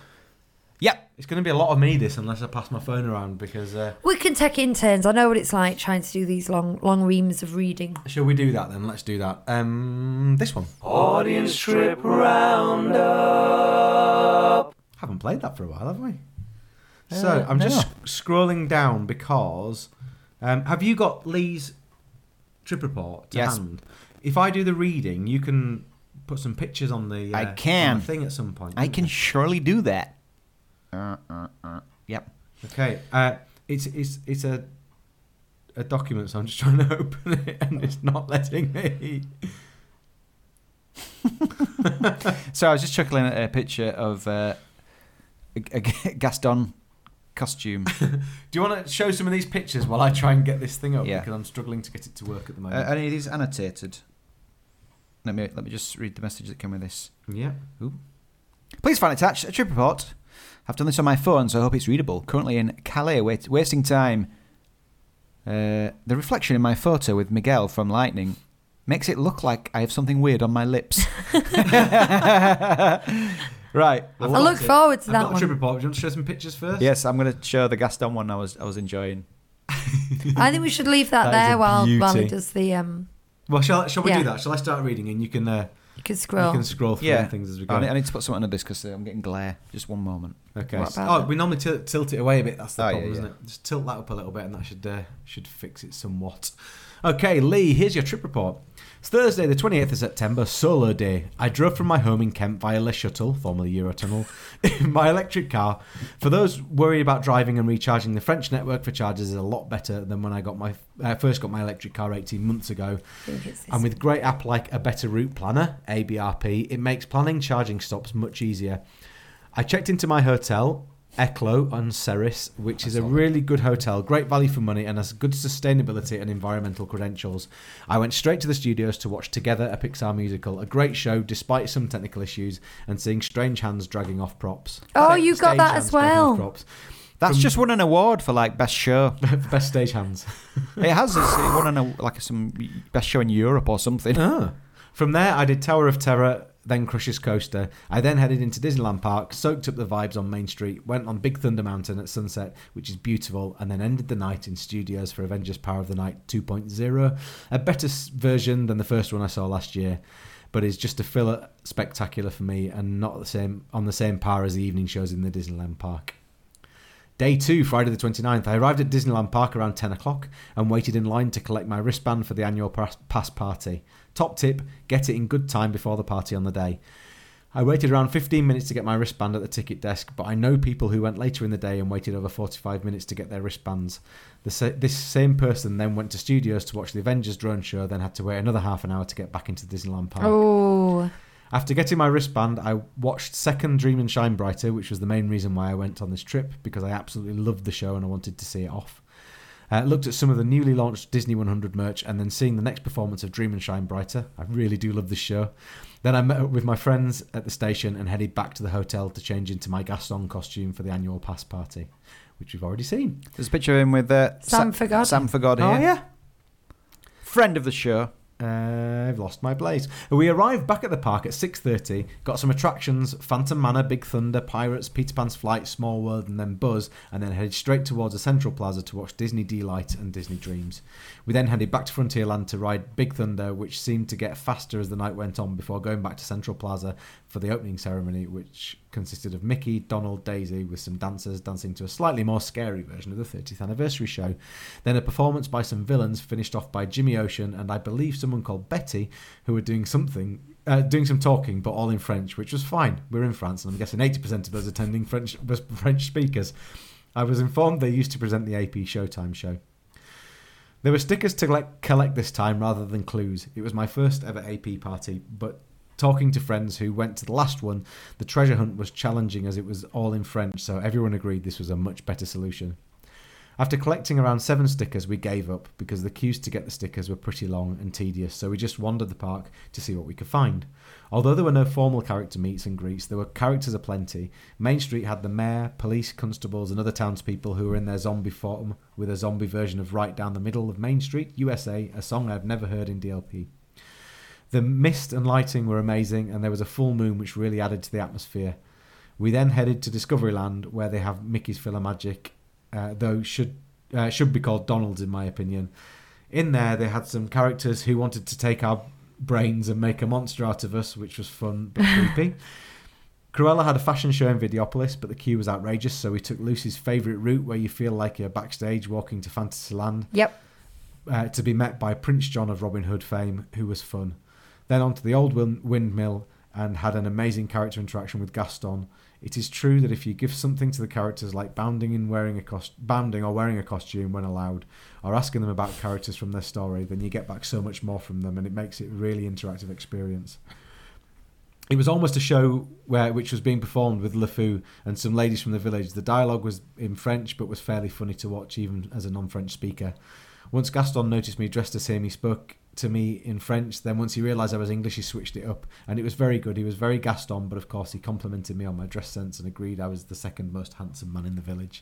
Speaker 3: Yep.
Speaker 4: It's going to be a lot of me this unless I pass my phone around because. Uh,
Speaker 2: We can take in turns. I know what it's like trying to do these long, long reams of reading.
Speaker 4: shall we do that then? Let's do that. Um, this one.
Speaker 5: Audience trip roundup.
Speaker 4: Haven't played that for a while, have we?
Speaker 3: Uh,
Speaker 4: So I'm just sc- scrolling down because um, have you got Lee's trip report to
Speaker 3: Yes.
Speaker 4: hand? If I do the reading, you can put some pictures on the uh, on
Speaker 3: I
Speaker 4: the
Speaker 3: can.
Speaker 4: thing at some point.
Speaker 3: I
Speaker 4: can't
Speaker 3: can surely do that. Uh, uh, uh. Yep.
Speaker 4: you? Okay, uh, it's it's it's a a document, so I'm just trying to (laughs) open it, and it's not letting me.
Speaker 3: So I was just chuckling at a picture of uh, a- a (laughs) Gaston costume.
Speaker 4: Do you want to show some of these pictures while I try and get this thing up?
Speaker 3: Yeah.
Speaker 4: Because I'm struggling to get it to work at the
Speaker 3: (laughs) uh,
Speaker 4: moment.
Speaker 3: are any of these annotated? Let me let me just read the message that came with this.
Speaker 4: yeah.
Speaker 3: Please find attached a trip report. I've done this on my phone, so I hope it's readable. Currently in Calais, wait, wasting time. Uh, the reflection in my photo with Miguel from Lightning makes it look like I have something weird on my lips. (laughs) right.
Speaker 2: I look forward to
Speaker 4: I've
Speaker 2: that
Speaker 4: got a trip
Speaker 2: one.
Speaker 4: report. Do you want to show some pictures first?
Speaker 3: Yes, I'm going to show the Gaston one I was I was enjoying.
Speaker 2: I think we should leave that,
Speaker 3: That is
Speaker 2: there
Speaker 3: a
Speaker 2: while while
Speaker 3: beauty.
Speaker 2: it does the um.
Speaker 4: Well, shall, shall we
Speaker 2: Yeah.
Speaker 4: do that? Shall I start reading and you can uh,
Speaker 2: You can
Speaker 4: you
Speaker 2: scroll.
Speaker 4: can scroll through
Speaker 3: Yeah.
Speaker 4: things as we go?
Speaker 3: I uh, need, I need to put something under this because I'm getting glare. Just one moment.
Speaker 4: Okay.
Speaker 2: What
Speaker 4: so-
Speaker 2: about
Speaker 4: oh,
Speaker 2: that?
Speaker 4: we normally tilt, tilt it away a bit. That's the
Speaker 3: Oh, yeah,
Speaker 4: problem, isn't
Speaker 3: yeah.
Speaker 4: it? Just tilt that up a little bit, and that should uh, should fix it somewhat. Okay, Lee. Here's your trip report. It's Thursday, the 28th of September, solo day. I drove from my home in Kent via Le Shuttle, formerly Eurotunnel, (laughs) in my electric car. For those worried about driving and recharging, the French network for chargers is a lot better than when I got my uh, first got my electric car 18 months ago.
Speaker 2: I think it's this.
Speaker 4: And with great app like a better route planner, ABRP, it makes planning charging stops much easier. I checked into my hotel, Eclo on Ceres, which is a really good hotel, great value for money, and has good sustainability and environmental credentials. I went straight to the studios to watch Together, a Pixar musical, a great show despite some technical issues and seeing strange hands dragging off props.
Speaker 2: Oh, you got
Speaker 4: Stage
Speaker 2: that
Speaker 4: hands
Speaker 2: as
Speaker 4: dragging off
Speaker 2: well.
Speaker 4: props.
Speaker 3: That's
Speaker 4: From-
Speaker 3: just won an award for like best show.
Speaker 4: (laughs) Best stage hands.
Speaker 3: it has it's- it won an aw- like some best show in Europe
Speaker 4: (laughs)
Speaker 3: or something.
Speaker 4: Ah. From there, I did Tower of Terror, then Crusher's Coaster. I then headed into Disneyland Park, soaked up the vibes on Main Street, went on Big Thunder Mountain at sunset, which is beautiful, and then ended the night in studios for Avengers Power of the Night 2.0, a better s- version than the first one I saw last year. But is just a filler spectacular for me, and not the same on the same par as the evening shows in the Disneyland Park. Day two, Friday the 29th, I arrived at Disneyland Park around 10 o'clock and waited in line to collect my wristband for the annual pass, pass party. Top tip get it in good time before the party on the day. I waited around 15 minutes to get my wristband at the ticket desk, but I know people who went later in the day and waited over 45 minutes to get their wristbands. The sa- this same person then went to studios to watch the Avengers drone show, then had to wait another half an hour to get back into Disneyland Park.
Speaker 2: Oh,
Speaker 4: After getting my wristband, I watched Second Dream and Shine Brighter, which was the main reason why I went on this trip because I absolutely loved the show and I wanted to see it off. Uh, looked at some of the newly launched Disney 100 merch and then seeing the next performance of Dream and Shine Brighter. I really do love this show. Then I met up with my friends at the station and headed back to the hotel to change into my Gaston costume for the annual pass party, which we've already seen. Oh,
Speaker 3: There's a picture of him with uh,
Speaker 2: Sam Oh,
Speaker 3: Sa-
Speaker 2: Forgotten.
Speaker 3: Sam Forgotten. here.
Speaker 4: yeah.
Speaker 3: friend of the show.
Speaker 4: Uh, I've lost my place. We arrived back at the park at 6.30, got some attractions, Phantom Manor, Big Thunder, Pirates, Peter Pan's Flight, Small World and then Buzz, and then headed straight towards the Central Plaza to watch Disney Delight and Disney Dreams. We then headed back to Frontierland to ride Big Thunder, which seemed to get faster as the night went on before going back to Central Plaza for the opening ceremony, which consisted of Mickey, Donald, Daisy, with some dancers dancing to a slightly more scary version of the 30th anniversary show. Then a performance by some villains, finished off by Jimmy Ocean and I believe someone called Betty, who were doing something, uh, doing some talking, but all in French, which was fine. We're in France, and I'm guessing 80% of those attending French (laughs) was French speakers. I was informed they used to present the AP Showtime show. There were stickers to collect, collect this time rather than clues. It was my first ever AP party, but talking to friends who went to the last one, the treasure hunt was challenging as it was all in French, so everyone agreed this was a much better solution. After collecting around seven stickers, we gave up because the queues to get the stickers were pretty long and tedious, so we just wandered the park to see what we could find. Although there were no formal character meets and greets, there were characters aplenty. Main Street had the mayor, police, constables, and other townspeople who were in their zombie form with a zombie version of Right Down the Middle of Main Street, USA, a song I've never heard in DLP. The mist and lighting were amazing, and there was a full moon which really added to the atmosphere. We then headed to Discoveryland, where they have Mickey's Filler Magic, uh, though should uh, should be called Donald's in my opinion. In there, they had some characters who wanted to take our brains and make a monster out of us, which was fun but creepy. Cruella had a fashion show in Videopolis, but the queue was outrageous, so we took Lucy's favourite route, where you feel like you're backstage walking to Fantasyland
Speaker 2: yep. (laughs)
Speaker 4: uh, to be met by Prince John of Robin Hood fame, who was fun. Then on to the old win- windmill and had an amazing character interaction with Gaston. It is true that if you give something to the characters like bounding and wearing a cost- bounding or wearing a costume when allowed, or asking them about characters from their story, then you get back so much more from them, and it makes it a really interactive experience. it was almost a show where which was being performed with LeFou and some ladies from the village. The dialogue was in French, but was fairly funny to watch, even as a non-French speaker. Once Gaston noticed me dressed as him, he spoke to me in French. Then once he realised I was English, he switched it up, and it was very good. He was very Gaston, but of course he complimented me on my dress sense and agreed I was the second most handsome man in the village.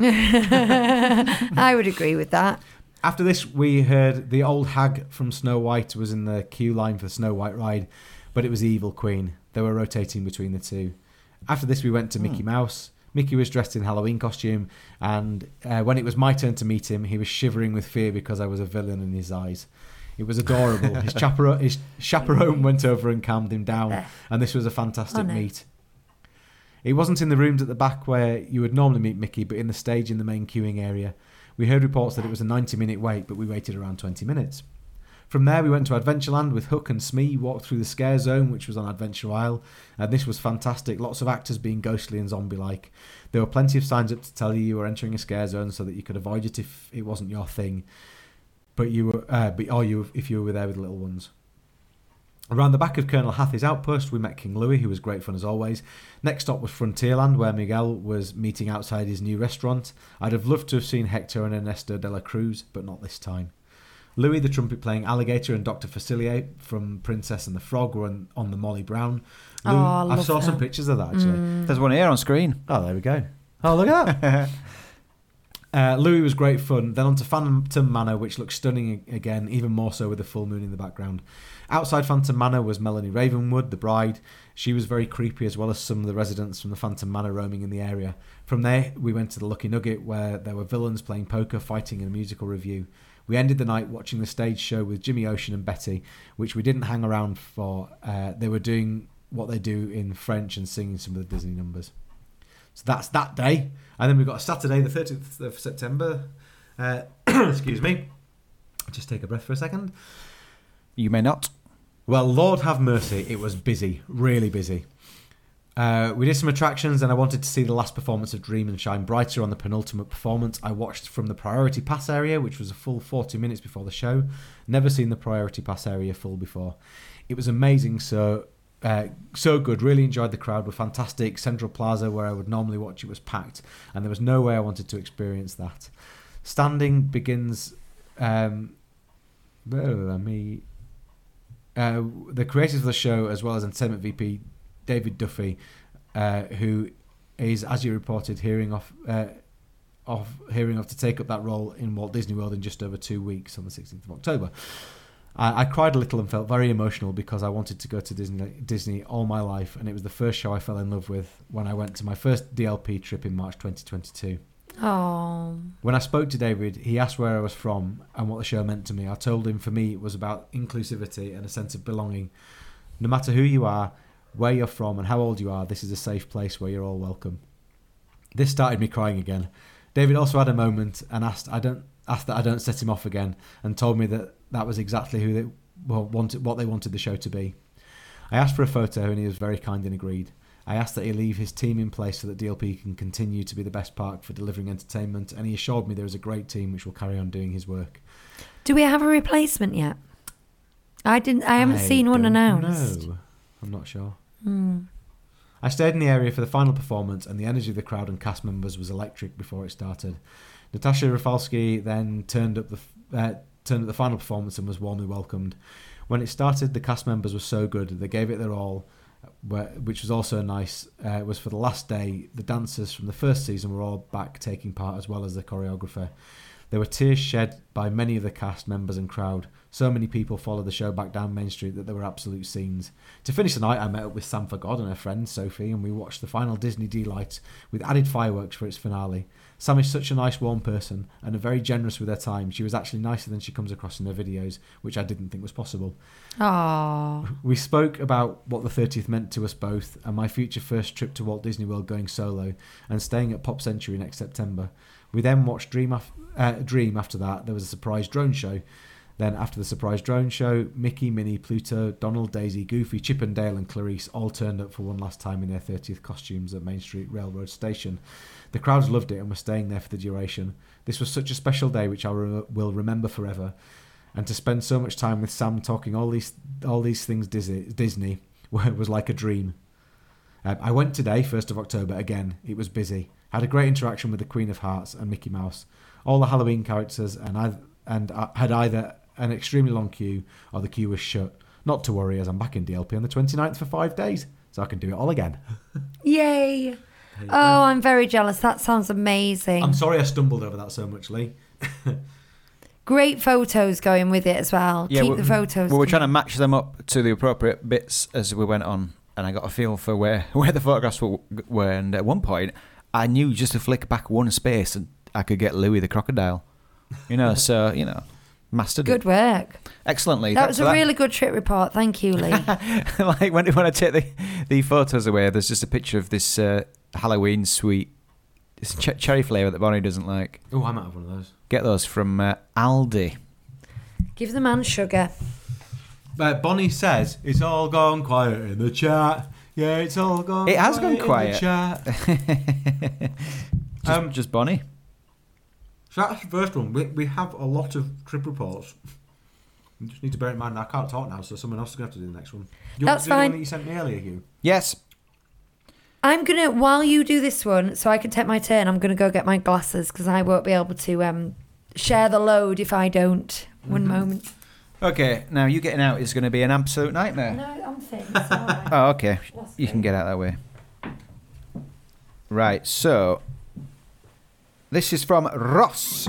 Speaker 2: I would agree with that.
Speaker 4: After this, we heard the old hag from Snow White was in the queue line for the Snow White ride, but it was the evil queen. They were rotating between the two. After this, we went to
Speaker 2: Hmm.
Speaker 4: Mickey Mouse. Mickey was dressed in Halloween costume, and uh, when it was my turn to meet him, he was shivering with fear because I was a villain in his eyes. It was adorable.
Speaker 2: (laughs)
Speaker 4: his, chaperone, his chaperone went over and calmed him down, and this was a fantastic
Speaker 2: Oh, no.
Speaker 4: meet. He wasn't in the rooms at the back where you would normally meet Mickey, but in the stage in the main queuing area. We heard reports that it was a 90 minute wait, but we waited around 20 minutes. From there, we went to Adventureland with Hook and Smee, walked through the scare zone, which was on Adventure Isle, and this was fantastic. Lots of actors being ghostly and zombie like. There were plenty of signs up to tell you you were entering a scare zone so that you could avoid it if it wasn't your thing. But you were, uh, but, or you, if you were there with little ones. Around the back of Colonel Hathie's outpost, we met King Louis, who was great fun as always. Next stop was Frontierland, where Miguel was meeting outside his new restaurant. I'd have loved to have seen Hector and Ernesto de la Cruz, but not this time. Louis, the trumpet playing alligator, and Dr. Facilier from Princess and the Frog were on, on the Molly Brown.
Speaker 2: Oh, I love
Speaker 4: saw some
Speaker 2: that.
Speaker 4: pictures of that actually.
Speaker 3: There's one here on screen.
Speaker 4: Oh, there we go. Oh, look at that. Uh, Louis was great fun. Then on to Phantom Manor, which looks stunning a- again, even more so with the full moon in the background. Outside Phantom Manor was Melanie Ravenwood, the bride. She was very creepy, as well as some of the residents from the Phantom Manor roaming in the area. From there, we went to the Lucky Nugget, where there were villains playing poker, fighting, and a musical review. We ended the night watching the stage show with Jimmy Ocean and Betty, which we didn't hang around for. Uh, they were doing what they do in French and singing some of the Disney numbers. So that's that day. And then we've got Saturday, the 30th of September. Uh, (coughs) excuse me. Just take a breath for a second.
Speaker 3: You may not.
Speaker 4: Well, Lord have mercy, it was busy, really busy. Uh, we did some attractions, and I wanted to see the last performance of Dream and Shine Brighter on the penultimate performance. I watched from the priority pass area, which was a full 40 minutes before the show. Never seen the priority pass area full before. It was amazing, so uh, so good. Really enjoyed the crowd. Were fantastic. Central Plaza, where I would normally watch, it was packed, and there was no way I wanted to experience that. Standing begins. Um, blah, blah, blah, me uh, the creators of the show, as well as entertainment VP David Duffy, uh, who is, as you reported, hearing off uh, off hearing off to take up that role in Walt Disney World in just over two weeks on the 16th of October. I, I cried a little and felt very emotional because I wanted to go to Disney Disney all my life, and it was the first show I fell in love with when I went to my first DLP trip in March 2022.
Speaker 2: Oh,
Speaker 4: When I spoke to David, he asked where I was from and what the show meant to me. I told him for me it was about inclusivity and a sense of belonging. No matter who you are, where you're from, and how old you are, this is a safe place where you're all welcome. This started me crying again. David also had a moment and asked I don't asked that I don't set him off again and told me that that was exactly who they well, wanted what they wanted the show to be. I asked for a photo and he was very kind and agreed. I asked that he leave his team in place so that DLP can continue to be the best park for delivering entertainment, and he assured me there is a great team which will carry on doing his work.
Speaker 2: do we have a replacement yet? I didn't. I haven't seen one
Speaker 4: don't
Speaker 2: announced. Hmm.
Speaker 4: know. I'm not sure. I stayed in the area for the final performance, and the energy of the crowd and cast members was electric before it started. Natasha Rafalski then turned up the uh, turned up the final performance and was warmly welcomed. When it started, the cast members were so good; they gave it their all, where, which was also nice. Uh, it was for the last day. The dancers from the first season were all back taking part, as well as the choreographer. There were tears shed by many of the cast members and crowd. So many people followed the show back down Main Street that there were absolute scenes. To finish the night, I met up with Sam God and her friend Sophie, and we watched the final Disney Delight with added fireworks for its finale. Sam is such a nice, warm person and are very generous with her time. She was actually nicer than she comes across in her videos, which I didn't think was possible.
Speaker 2: Oh,
Speaker 4: We spoke about what the 30th meant to us both and my future first trip to Walt Disney World going solo and staying at Pop Century next September. We then watched Dream, af- uh, Dream after that. There was a surprise drone show. Then, after the surprise drone show, Mickey, Minnie, Pluto, Donald, Daisy, Goofy, Chip and Dale, and Clarice all turned up for one last time in their 30th costumes at Main Street Railroad Station. The crowds loved it and were staying there for the duration. This was such a special day, which I re- will remember forever and to spend so much time with Sam talking all these all these things Disney, Disney (laughs) was like a dream. Um, I went today, 1st of October, again. It was busy. Had a great interaction with the Queen of Hearts and Mickey Mouse. All the Halloween characters and I and I had either an extremely long queue or the queue was shut. Not to worry, as I'm back in DLP on the 29th for five days, so I can do it all again.
Speaker 2: Yay. Oh, I'm very jealous. That sounds amazing.
Speaker 4: I'm sorry I stumbled over that so much, Lee.
Speaker 2: Great photos going with it as well. Keep
Speaker 3: we-
Speaker 2: the photos.
Speaker 3: We were trying to match them up to the appropriate bits as we went on, and I got a feel for where, (laughs) where the photographs were, were. And at one point, I knew just to flick back one space, and I could get Louis the crocodile. You know, so you know, mastered
Speaker 2: Good
Speaker 3: it
Speaker 2: work.
Speaker 3: excellently.
Speaker 2: That
Speaker 3: Thanks
Speaker 2: was
Speaker 3: (laughs) for
Speaker 2: a really good trip report. Thank you, Lee.
Speaker 3: like when when I take the, the photos away, there's just a picture of this uh, Halloween sweet, this ch- cherry flavour that Bonnie doesn't like.
Speaker 4: Oh, I might have one of those.
Speaker 3: Get those from uh, Aldi. (laughs)
Speaker 2: Give the man sugar.
Speaker 4: But Bonnie says it's all gone quiet in the chat. Yeah, it's all gone.
Speaker 3: It has
Speaker 4: quiet
Speaker 3: gone quiet.
Speaker 4: In the chat.
Speaker 3: Just,
Speaker 4: Um,
Speaker 3: just Bonnie.
Speaker 4: So that's the first one. We, we have a lot of trip reports. You just need to bear in mind I can't talk now, so someone else is going to have to do the next one. You want
Speaker 2: That's
Speaker 4: to do the
Speaker 2: fine.
Speaker 4: one that you sent me earlier, Hugh.
Speaker 3: Yes.
Speaker 2: I'm gonna while you do this one, so I can take my turn. I'm gonna go get my glasses because I won't be able to um, share the load if I don't. One moment.
Speaker 3: Okay. Now you getting out is going to be an absolute nightmare.
Speaker 2: No, I'm thin. It's all right.
Speaker 3: Oh, okay.
Speaker 2: That's
Speaker 3: (laughs) You can get out that way. Right. So this is from Ross.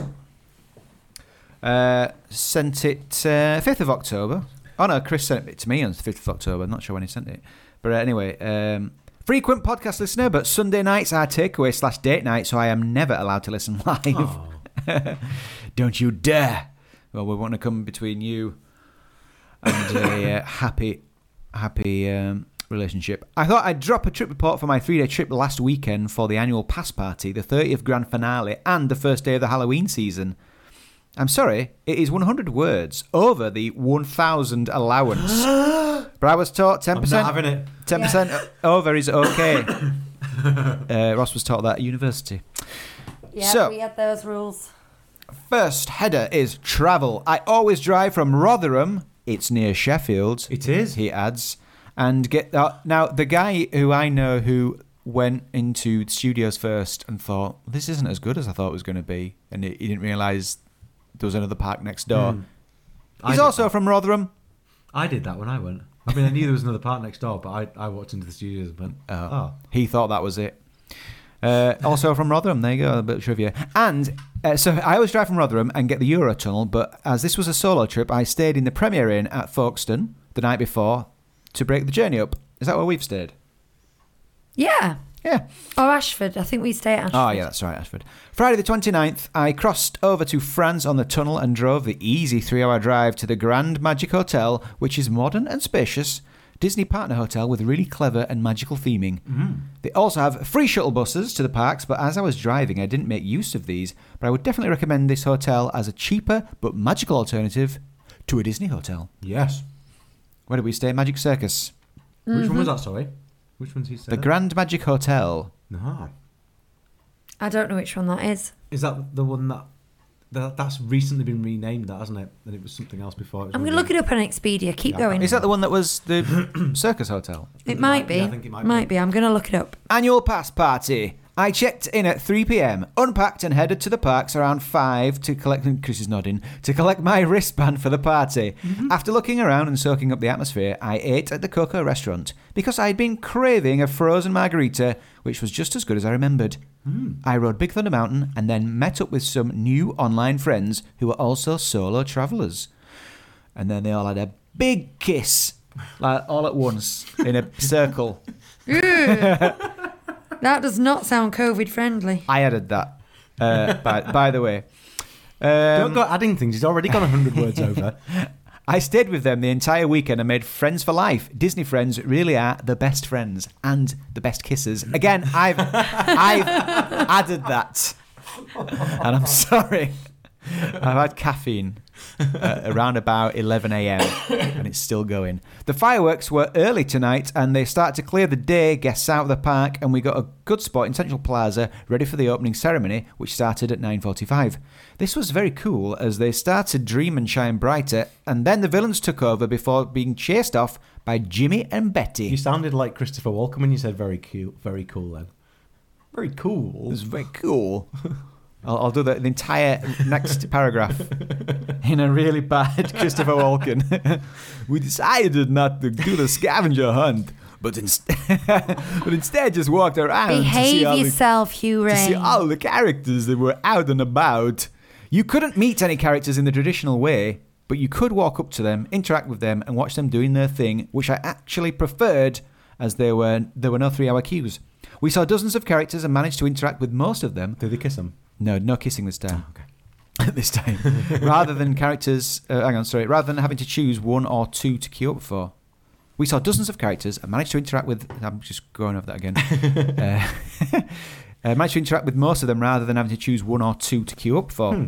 Speaker 3: Uh, sent it uh, 5th of October. Oh no, Chris sent it to me on the 5th of October. I'm not sure when he sent it. But uh, anyway, um, frequent podcast listener, but Sunday nights are takeaway slash date night, so I am never allowed to listen (laughs) live. (laughs) Don't you dare! Well, we want to come between you and
Speaker 4: (laughs)
Speaker 3: a uh, happy, happy um, relationship. I thought I'd drop a trip report for my three-day trip last weekend for the annual pass party, the 30th grand finale, and the first day of the Halloween season. I'm sorry, it is 100 words over the 1,000
Speaker 4: (gasps)
Speaker 3: allowance. but I was taught 10%.
Speaker 4: I'm not having it.
Speaker 3: Ten percent over is
Speaker 4: (coughs)
Speaker 3: okay. uh, Ross was taught that at university.
Speaker 2: Yeah,
Speaker 3: So-
Speaker 2: we had those rules.
Speaker 3: First header is travel. I always drive from Rotherham. It's near Sheffield.
Speaker 4: It is.
Speaker 3: He adds, and get uh, now the guy who I know who went into the studios first and thought this isn't as good as I thought it was going to be, and he he didn't realise there was another park next door.
Speaker 4: Hmm. I
Speaker 3: He's
Speaker 4: did
Speaker 3: also from Rotherham.
Speaker 4: I did that when I went. I mean, I knew there was another part next door, but I, I walked into the studios and went, oh.
Speaker 3: He thought that was it. Uh, also from Rotherham, there you go, a bit of trivia. And uh, so I always drive from Rotherham and get the Eurotunnel, but as this was a solo trip, I stayed in the Premier Inn at Folkestone the night before to break the journey up. Is that where we've stayed?
Speaker 2: Yeah.
Speaker 3: Yeah.
Speaker 2: Or Ashford. I think we stay at Ashford.
Speaker 3: Oh, yeah, that's right, Ashford. Friday the 29th, I crossed over to France on the tunnel and drove the easy three hour drive to the Grand Magic Hotel, which is modern and spacious. Disney partner hotel with really clever and magical theming. They also have free shuttle buses to the parks, but as I was driving, I didn't make use of these. But I would definitely recommend this hotel as a cheaper but magical alternative to a Disney hotel.
Speaker 4: Yes.
Speaker 3: Where did we stay? Magic Circus.
Speaker 4: Which one was
Speaker 2: Mm-hmm.
Speaker 4: that, sorry? Which one's he said?
Speaker 3: The Grand Magic Hotel.
Speaker 4: Ah.
Speaker 2: I don't know which one that is.
Speaker 4: Is that the one that, that that's recently been renamed? That hasn't it? And it was something else before.
Speaker 2: I'm gonna look it up on Expedia. Keep
Speaker 4: Yeah,
Speaker 2: going.
Speaker 3: Is that the one that was the circus hotel?
Speaker 2: it might be.
Speaker 4: Yeah, I think it might be.
Speaker 2: be. I'm gonna look it up.
Speaker 3: Annual pass party. I checked in at 3 p.m., unpacked and headed to the parks around 5 to collect. and Chris is nodding to collect my (laughs) wristband for the party. After looking around and soaking up the atmosphere, I ate at the Coco restaurant because I'd been craving a frozen margarita, which was just as good as I remembered. I rode Big Thunder Mountain and then met up with some new online friends who were also solo travelers and then they all had a big kiss, like all at once in a circle.
Speaker 2: That does not sound COVID friendly.
Speaker 3: I added that.
Speaker 4: (laughs)
Speaker 3: Uh, by, by the way,
Speaker 4: Don't
Speaker 3: um,
Speaker 4: go adding things. He's already gone 100 (laughs) words over.
Speaker 3: I stayed with them the entire weekend and made friends for life. Disney friends really are the best friends and the best kissers. Again,
Speaker 4: (laughs)
Speaker 3: (laughs) I've I've added that, and I'm sorry. I've had caffeine uh, around about 11 a.m. and it's still going. The fireworks were early tonight and they start to clear the day, guests out of the park, and we got a good spot in Central Plaza ready for the opening ceremony, which started at 9.45. This was very cool as they started Dream and Shine Brighter and then the villains took over before being chased off by Jimmy and Betty.
Speaker 4: You sounded like Christopher Walken when you said very cute, very cool then. Very cool.
Speaker 3: It's very cool. (laughs) I'll, I'll do the, the entire next paragraph in a really bad Christopher Walken. (laughs) we decided not to do the scavenger hunt, but, inst- (laughs) but instead just walked around (laughs) to see
Speaker 2: Behave
Speaker 3: all the
Speaker 2: yourself, Hugh
Speaker 3: to see
Speaker 2: Ray.
Speaker 3: all the characters that were out and about. You couldn't meet any characters in the traditional way, but you could walk up to them, interact with them, and watch them doing their thing, which I actually preferred as there were there were no three hour queues. We saw dozens of characters and managed to interact with most of them.
Speaker 4: Did they kiss him?
Speaker 3: No, no kissing this time. okay. (laughs) this time, rather than characters, uh, hang on, sorry, rather than having to choose one or two to queue up for. We saw dozens of characters and managed to interact with. I'm just going over that again. uh, (laughs) uh, managed to interact with most of them rather than having to choose one or two to queue up for.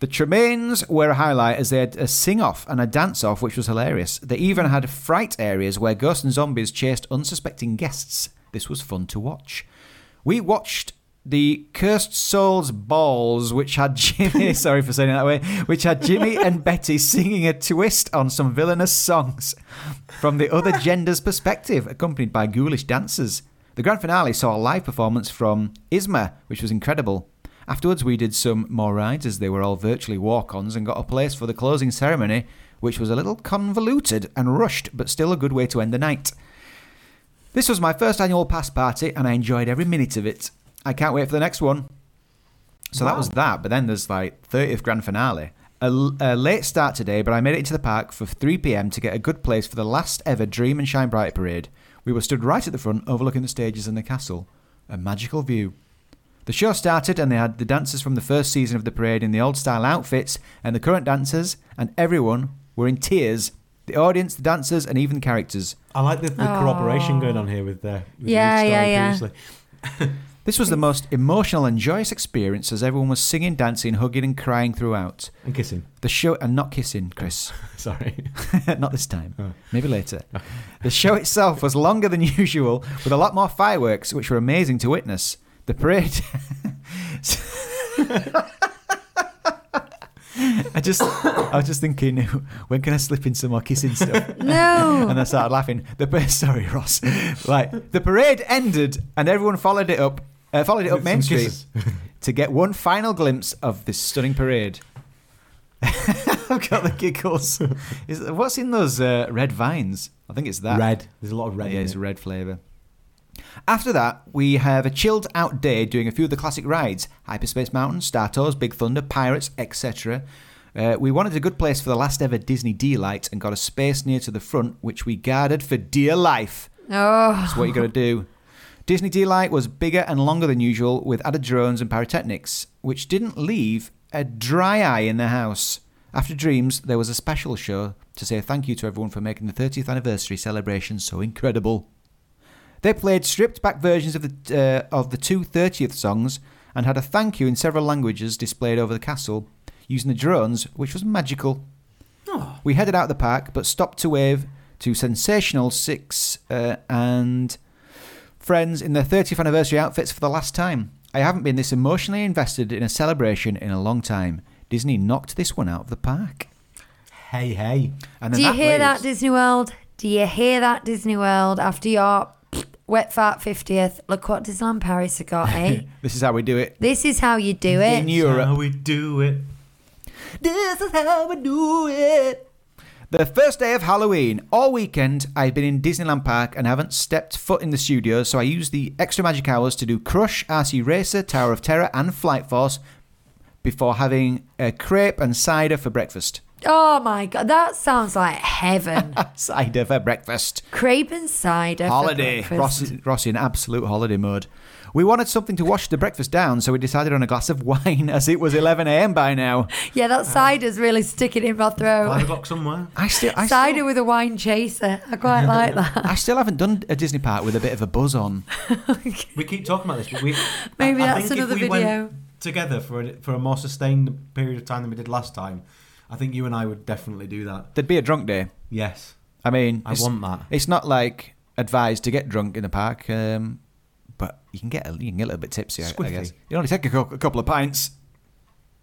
Speaker 3: The Tremaines were a highlight as they had a sing off and a dance off, which was hilarious. They even had fright areas where ghosts and zombies chased unsuspecting guests. This was fun to watch. We watched the Cursed Souls Balls, which had Jimmy, (laughs) sorry for saying it that way, which had Jimmy and Betty singing a twist on some villainous songs from the other gender's perspective, accompanied by ghoulish dancers. The grand finale saw a live performance from Isma, which was incredible. Afterwards, we did some more rides as they were all virtually walk ons and got a place for the closing ceremony, which was a little convoluted and rushed, but still a good way to end the night. This was my first annual pass party and I enjoyed every minute of it. I can't wait for the next one. So that was that, but then there's like 30th grand finale. A, l- a late start today, but I made it into the park for 3 pm to get a good place for the last ever Dream and Shine Bright parade. We were stood right at the front, overlooking the stages and the castle. A magical view. The show started, and they had the dancers from the first season of the parade in the old style outfits, and the current dancers, and everyone were in tears. The audience, the dancers, and even the characters.
Speaker 4: I like the, the corroboration going on here with the with
Speaker 2: Yeah,
Speaker 4: Luke's
Speaker 2: yeah,
Speaker 4: story
Speaker 2: yeah.
Speaker 4: previously.
Speaker 3: This was the most emotional and joyous experience as everyone was singing, dancing, hugging, and crying throughout.
Speaker 4: And kissing.
Speaker 3: The show, and not kissing, Chris.
Speaker 4: (laughs)
Speaker 3: (laughs)
Speaker 4: Sorry.
Speaker 3: not this time. Maybe later. The show itself was longer than (laughs) usual, with a lot more fireworks, which were amazing to witness. The parade. (laughs) I just, I was just thinking, when can I slip in some more
Speaker 2: (laughs)
Speaker 3: kissing stuff?
Speaker 2: No.
Speaker 3: (laughs) and I started laughing. The par- (laughs) sorry, Ross. Right, the parade ended, and everyone followed it up, uh, followed it up Main
Speaker 4: Some
Speaker 3: Street
Speaker 4: kisses.
Speaker 3: to get one final glimpse of this stunning parade. (laughs) I've got the giggles. Is, what's in those uh, red vines? I think it's that.
Speaker 4: Red. There's a lot of red
Speaker 3: Yeah,
Speaker 4: in
Speaker 3: it's
Speaker 4: it.
Speaker 3: red flavour. After that, we have a chilled out day doing a few of the classic rides Hyperspace Mountain, Star Tours, Big Thunder, Pirates, etc. Uh, we wanted a good place for the last ever Disney D light and got a space near to the front, which we guarded for dear life.
Speaker 2: Oh.
Speaker 3: That's what you got to do. Disney D light was bigger and longer than usual with added drones and pyrotechnics, which didn't leave a dry eye in the house. After Dreams, there was a special show to say thank you to everyone for making the 30th anniversary celebration so incredible. They played stripped back versions of the uh, of the two 30th songs and had a thank you in several languages displayed over the castle using the drones, which was magical. We headed out of the park but stopped to wave to Sensational Six uh, and friends in their 30th anniversary outfits for the last time. I haven't been this emotionally invested in a celebration in a long time. Disney knocked this one out of the park.
Speaker 4: Hey, hey.
Speaker 3: And
Speaker 2: Do you hear that,
Speaker 3: leaves-
Speaker 2: Disney World? Do you hear that, Disney World? After your wet fart 50th, look what Disneyland Paris have got,
Speaker 3: (laughs)
Speaker 2: eh?
Speaker 3: This is how we do it
Speaker 2: this is how you do
Speaker 3: in
Speaker 2: it.
Speaker 3: Europe.
Speaker 4: How we do it.
Speaker 3: This is how we do it. The first day of Halloween. All weekend, I've been in Disneyland Park and haven't stepped foot in the studio, so I used the extra magic hours to do Crush, RC Racer, Tower of Terror, and Flight Force before having a crepe and cider for breakfast. (laughs) Ah,
Speaker 2: Oh my god, that sounds like heaven.
Speaker 3: Cider for breakfast.
Speaker 2: Crepe and cider. for
Speaker 3: Holiday.
Speaker 2: breakfast.
Speaker 3: Ross, Ross in absolute holiday mode. We wanted something to wash the breakfast down, so we decided on a glass of (laughs) wine, as it was 11 a.m. by now.
Speaker 2: Yeah,
Speaker 3: Uh,
Speaker 2: that cider's really sticking in my
Speaker 4: Five
Speaker 2: throat.
Speaker 4: o'clock somewhere.
Speaker 3: I still, I still,
Speaker 2: cider with a wine chaser. I quite like that.
Speaker 3: I still haven't done a Disney park with a bit of a buzz on.
Speaker 4: We keep talking about this, but we
Speaker 2: (laughs)
Speaker 4: I-
Speaker 2: Maybe
Speaker 4: I
Speaker 2: that's
Speaker 4: think if
Speaker 2: another
Speaker 4: we
Speaker 2: video.
Speaker 4: went together for a, for a more sustained period of time than we did last time, I think you and I would definitely do that.
Speaker 3: There'd be a drunk day.
Speaker 4: Yes,
Speaker 3: I mean,
Speaker 4: I
Speaker 3: it's,
Speaker 4: want that.
Speaker 3: it's not like advised to get drunk in the park, um, but you can get a, you can get a little bit tipsy. I, I
Speaker 4: Squiffy.
Speaker 3: guess you only take a, cou- a couple of pints.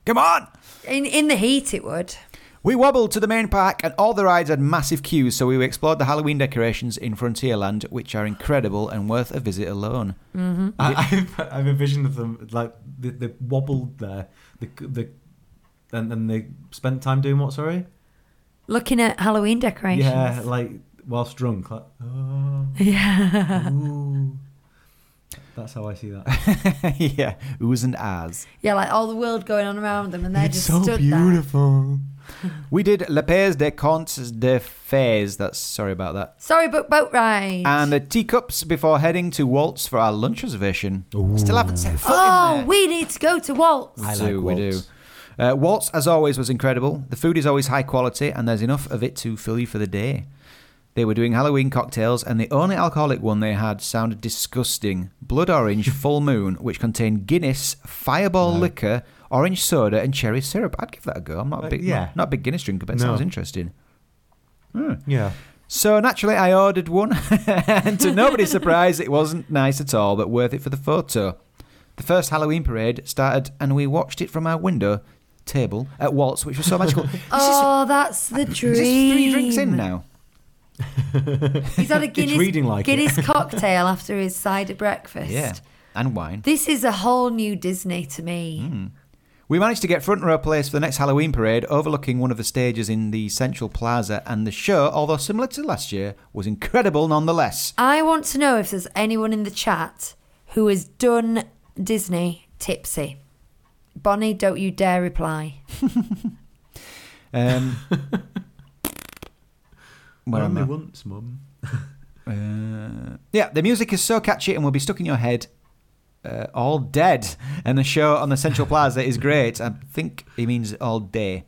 Speaker 3: Come on.
Speaker 2: In in the heat, it would.
Speaker 3: We wobbled to the main park, and all the rides had massive queues, so we explored the Halloween decorations in Frontierland, which are incredible and worth a visit alone. (laughs)
Speaker 4: I, I've, I've envisioned of them like they, they wobbled there, the the, and then they spent time doing what? Sorry,
Speaker 2: Looking at Halloween decorations.
Speaker 4: yeah, like whilst drunk.
Speaker 2: (laughs)
Speaker 4: Like, oh,
Speaker 2: Yeah.
Speaker 4: ooh. That's how I see that.
Speaker 3: yeah, oohs and ahs.
Speaker 2: Yeah, like all the world going on around them,
Speaker 4: (laughs)
Speaker 2: and they're just stood there.
Speaker 4: beautiful.
Speaker 3: We did La Pays des Contes de Fées, that's sorry about that,
Speaker 2: Sorry, but boat ride.
Speaker 3: and the teacups before heading to Waltz for our lunch reservation. Still haven't set foot in
Speaker 2: oh,
Speaker 3: there.
Speaker 2: we need to go to Waltz.
Speaker 4: I
Speaker 3: We
Speaker 4: like
Speaker 3: do, we do.
Speaker 4: Waltz.
Speaker 3: Uh, Waltz, as always, was incredible. The food is always high quality, and there's enough of it to fill you for the day. They were doing Halloween cocktails, and the only alcoholic one they had sounded disgusting
Speaker 4: (laughs)
Speaker 3: blood orange full moon, which contained Guinness, fireball liquor, orange soda, and cherry syrup. I'd give that a go. I'm not a
Speaker 4: Uh,
Speaker 3: big,
Speaker 4: yeah.
Speaker 3: not, not a big Guinness drinker, but it
Speaker 4: No.
Speaker 3: sounds interesting.
Speaker 4: Yeah.
Speaker 3: So naturally, I ordered one, (laughs) and to nobody's surprise, it wasn't nice at all, but worth it for the photo. The first Halloween parade started, and we watched it from our window table at Waltz, which was so
Speaker 2: (laughs)
Speaker 3: magical. Is this-
Speaker 2: Oh, that's the dream.
Speaker 3: is this three drinks in now?
Speaker 2: He's
Speaker 3: (laughs)
Speaker 2: had a
Speaker 4: It's
Speaker 2: Guinness,
Speaker 4: reading like it.
Speaker 2: Guinness cocktail after his cider breakfast.
Speaker 3: Yeah, and wine.
Speaker 2: This is a whole new Disney to me.
Speaker 3: Hmm. We managed to get front row place for the next Halloween parade, overlooking one of the stages in the Central Plaza, and the show, although similar to last year, was incredible nonetheless.
Speaker 2: I want to know if there's anyone in the chat who has done Disney tipsy. Bonnie, don't you dare reply.
Speaker 3: Um,
Speaker 2: (laughs)
Speaker 3: where am
Speaker 4: Only
Speaker 3: I?
Speaker 4: once, mum.
Speaker 3: Uh, yeah, the music is so catchy and will be stuck in your head uh, all dead. And the show on the Central Plaza is great. I think he means all day.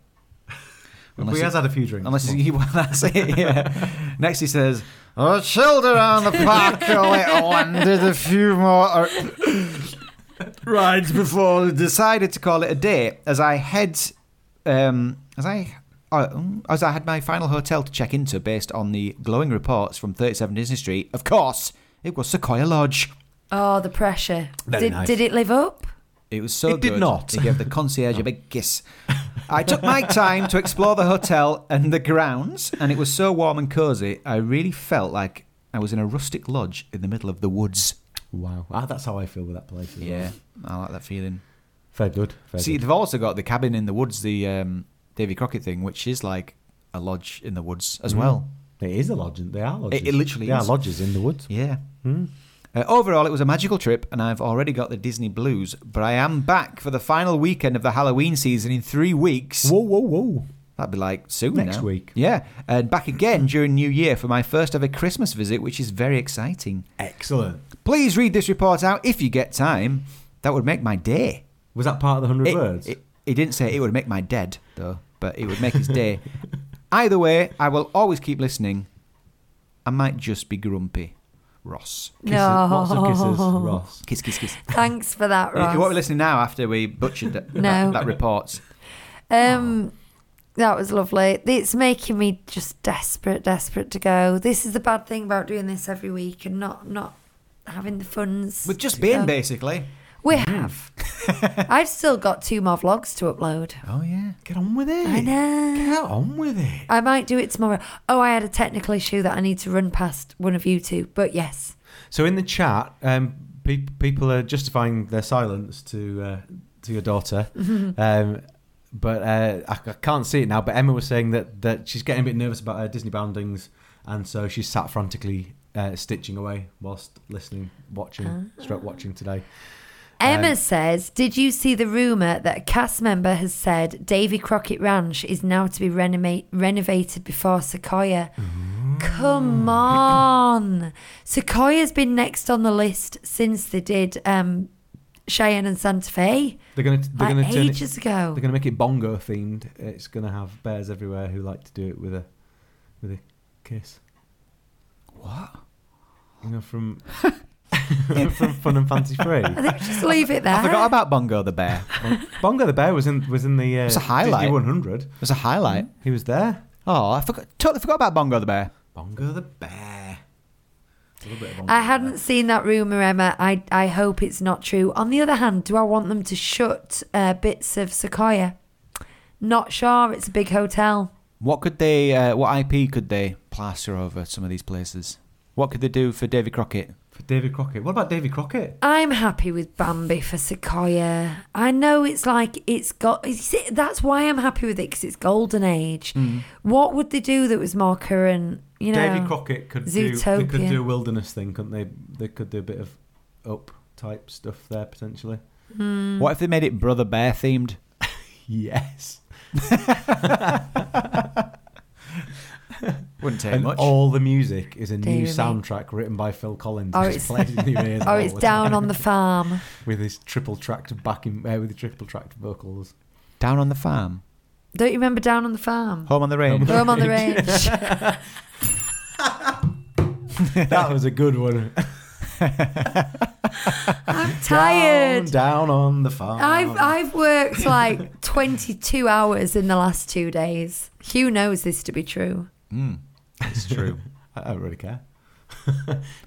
Speaker 3: Unless
Speaker 4: we
Speaker 3: it-
Speaker 4: has had a few drinks.
Speaker 3: Unless
Speaker 4: mum.
Speaker 3: he, (laughs) well, that's it. Yeah. Next, he says, "Oh, children around the park, (laughs) a little one did a few more er, rides before we decided to call it a day." As I head, um, as I. uh, um, As I had my final hotel to check into based on the glowing reports from 37 Disney Street, of course, it was Sequoia Lodge.
Speaker 2: Oh, the pressure.
Speaker 4: Very
Speaker 2: Did,
Speaker 4: nice.
Speaker 2: did it live up?
Speaker 3: It was so
Speaker 4: It did
Speaker 3: good,
Speaker 4: not.
Speaker 3: He gave the concierge
Speaker 4: (laughs)
Speaker 3: a big kiss. I took my time to explore the hotel and the grounds, and it was so warm and cozy. I really felt like I was in a rustic lodge in the middle of the woods.
Speaker 4: Wow. Ah, that's how I feel with that place. as well.
Speaker 3: Yeah, I like that feeling.
Speaker 4: Fair good. Fair
Speaker 3: See,
Speaker 4: good.
Speaker 3: they've also got the cabin in the woods, the um, Davy Crockett thing, which is like a lodge in the woods
Speaker 4: Mm.
Speaker 3: as well.
Speaker 4: It is a lodge. They are lodges.
Speaker 3: it literally
Speaker 4: They are
Speaker 3: is.
Speaker 4: lodges in the woods.
Speaker 3: Yeah.
Speaker 4: Mm.
Speaker 3: Uh, overall, it was a magical trip, and I've already got the Disney blues. But I am back for the final weekend of the Halloween season in three weeks.
Speaker 4: Whoa, whoa, whoa.
Speaker 3: That'd be like soon
Speaker 4: Next
Speaker 3: now.
Speaker 4: week.
Speaker 3: Yeah, and back again during New Year for my first ever Christmas visit, which is very exciting.
Speaker 4: Excellent.
Speaker 3: Please read this report out if you get time. That would make my day.
Speaker 4: Was that part of the hundred
Speaker 3: It-
Speaker 4: words?
Speaker 3: it- he didn't say it would make my dead though, but it would make
Speaker 4: (laughs)
Speaker 3: his day. Either way, I will always keep listening. I might just be grumpy, Ross.
Speaker 4: Kisses- Lots of kisses,
Speaker 2: No.
Speaker 4: Ross.
Speaker 3: Kiss, kiss, kiss.
Speaker 2: (laughs) Thanks for that,
Speaker 3: If you want to
Speaker 2: Ross.
Speaker 3: listen now after we butchered that,
Speaker 2: No.
Speaker 3: that, that report,
Speaker 2: Um, that was lovely. It's making me just desperate, desperate to go. This is the bad thing about doing this every week and not not having the funds.
Speaker 3: we've just
Speaker 2: to
Speaker 3: been
Speaker 2: go.
Speaker 3: basically.
Speaker 2: We have. I've still got two more vlogs to upload.
Speaker 3: Oh yeah.
Speaker 4: Get on with it.
Speaker 2: I know.
Speaker 4: Get on with it.
Speaker 2: I might do it tomorrow. Oh, I had a technical issue that I need to run past one of you two. But yes,
Speaker 4: So in the chat, um, pe- people are justifying their silence to uh, to your
Speaker 2: (laughs)
Speaker 4: daughter, um, but uh, I, I can't see it now. But Emma was saying that that she's getting a bit nervous about her Disney boundings, and so she's sat frantically uh, stitching away whilst listening, watching,
Speaker 2: Ah.
Speaker 4: stroke watching today. Um,
Speaker 2: Emma says, "Did you see the rumor that a cast member has said Davy Crockett Ranch is now to be renovate, renovated before Sequoia? Come on, Sequoia's been next on the list since they did um, Cheyenne and Santa Fe
Speaker 4: They're gonna they're
Speaker 2: like
Speaker 4: gonna turn it,
Speaker 2: ages ago.
Speaker 4: they're gonna make it bongo themed. It's gonna have bears everywhere who like to do it with a (laughs) with a kiss. What? You know from from Fun and Fancy Free.
Speaker 2: I think we should just leave it there.
Speaker 3: I forgot about Bongo the Bear.
Speaker 4: Bongo the Bear was in was in the uh,
Speaker 3: a highlight.
Speaker 4: Disney 100.
Speaker 3: It was a highlight.
Speaker 4: He was there.
Speaker 3: Oh, I forgot totally forgot about Bongo the Bear.
Speaker 4: Bongo the Bear. A little bit of Bongo
Speaker 2: I
Speaker 4: the
Speaker 2: hadn't seen that rumor, Emma. I I hope it's not true. On the other hand, do I want them to shut uh, bits of Sequoia? Not sure. It's a big hotel.
Speaker 3: What could they? Uh, what IP could they plaster over some of these places? What could they do for Davy Crockett?
Speaker 4: Bear. For David Crockett. What about David Crockett?
Speaker 2: I'm happy with Bambi for Sequoia. I know it's like it's got. you see, That's why I'm happy with it because it's golden age. What would they do that was more current? You know,
Speaker 4: Hmm. David Crockett could do. They could
Speaker 2: Zootopia.
Speaker 4: do a wilderness thing, couldn't they? They could do a bit of up type stuff there potentially.
Speaker 2: Mm.
Speaker 3: What if they made it Brother Bear themed?
Speaker 4: Yes.
Speaker 3: Wouldn't take
Speaker 4: And
Speaker 3: much.
Speaker 4: all the music is a new
Speaker 2: Daily.
Speaker 4: soundtrack written by Phil Collins.
Speaker 2: Or
Speaker 4: Just
Speaker 2: Oh, it's-
Speaker 4: plays
Speaker 2: (laughs)
Speaker 4: in your ears all
Speaker 2: Or it's
Speaker 4: the
Speaker 2: down
Speaker 4: time.
Speaker 2: on the farm.
Speaker 4: (laughs) with his triple tracked backing uh, with the triple tracked vocals.
Speaker 3: Down on the farm,
Speaker 2: Don't you remember down on the farm?
Speaker 4: (laughs)
Speaker 3: home on the range.
Speaker 2: Home
Speaker 3: (laughs)
Speaker 2: on the range.
Speaker 4: that was a good
Speaker 2: (laughs)
Speaker 4: one.
Speaker 2: I'm
Speaker 4: Down,
Speaker 2: tired.
Speaker 4: down on the farm.
Speaker 2: I've I've worked like (laughs) 22 hours in the last two days. Hugh knows this to be true.
Speaker 3: It's Hmm, true.
Speaker 4: I don't really care. (laughs) Do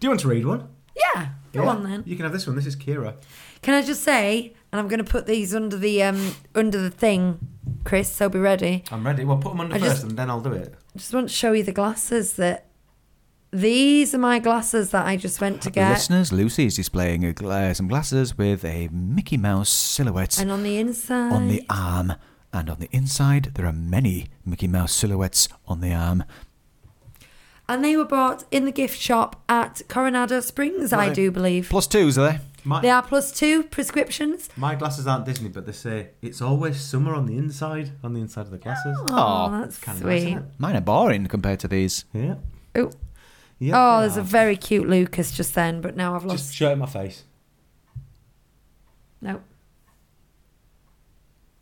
Speaker 4: you want to read one?
Speaker 2: Yeah, go on then.
Speaker 4: You can have this one. This is Kira.
Speaker 2: Can I just say, and I'm going to put these under the um under the thing, Chris. So be ready.
Speaker 4: I'm ready. Well, put them under
Speaker 2: I
Speaker 4: first
Speaker 2: just-
Speaker 4: and then I'll do it.
Speaker 2: I just want to show you the glasses that. These are my glasses that I just went (laughs) to get,
Speaker 3: Listeners, Lucy is displaying a, gla- uh, some glasses with a Mickey Mouse silhouette
Speaker 2: and on the inside,
Speaker 3: on the arm, and on the inside there are many Mickey Mouse silhouettes on the arm.
Speaker 2: and they were bought in the gift shop at Coronado Springs, I
Speaker 3: Right.
Speaker 2: do believe.
Speaker 3: Plus twos are they?
Speaker 4: My,
Speaker 2: they are plus two prescriptions.
Speaker 4: my glasses aren't Disney, but they say it's always summer on the inside, on the inside of the glasses.
Speaker 2: Oh,
Speaker 3: Aw,
Speaker 2: that's
Speaker 4: Kinda nice,
Speaker 2: sweet.
Speaker 4: isn't
Speaker 3: Mine are boring compared to these.
Speaker 4: it? yeah.
Speaker 2: Ooh.
Speaker 4: Yeah.
Speaker 2: Oh,
Speaker 4: they
Speaker 2: there's a
Speaker 4: are.
Speaker 2: very cute Lucas just then, but now I've lost.
Speaker 4: Just show it in my face.
Speaker 2: No.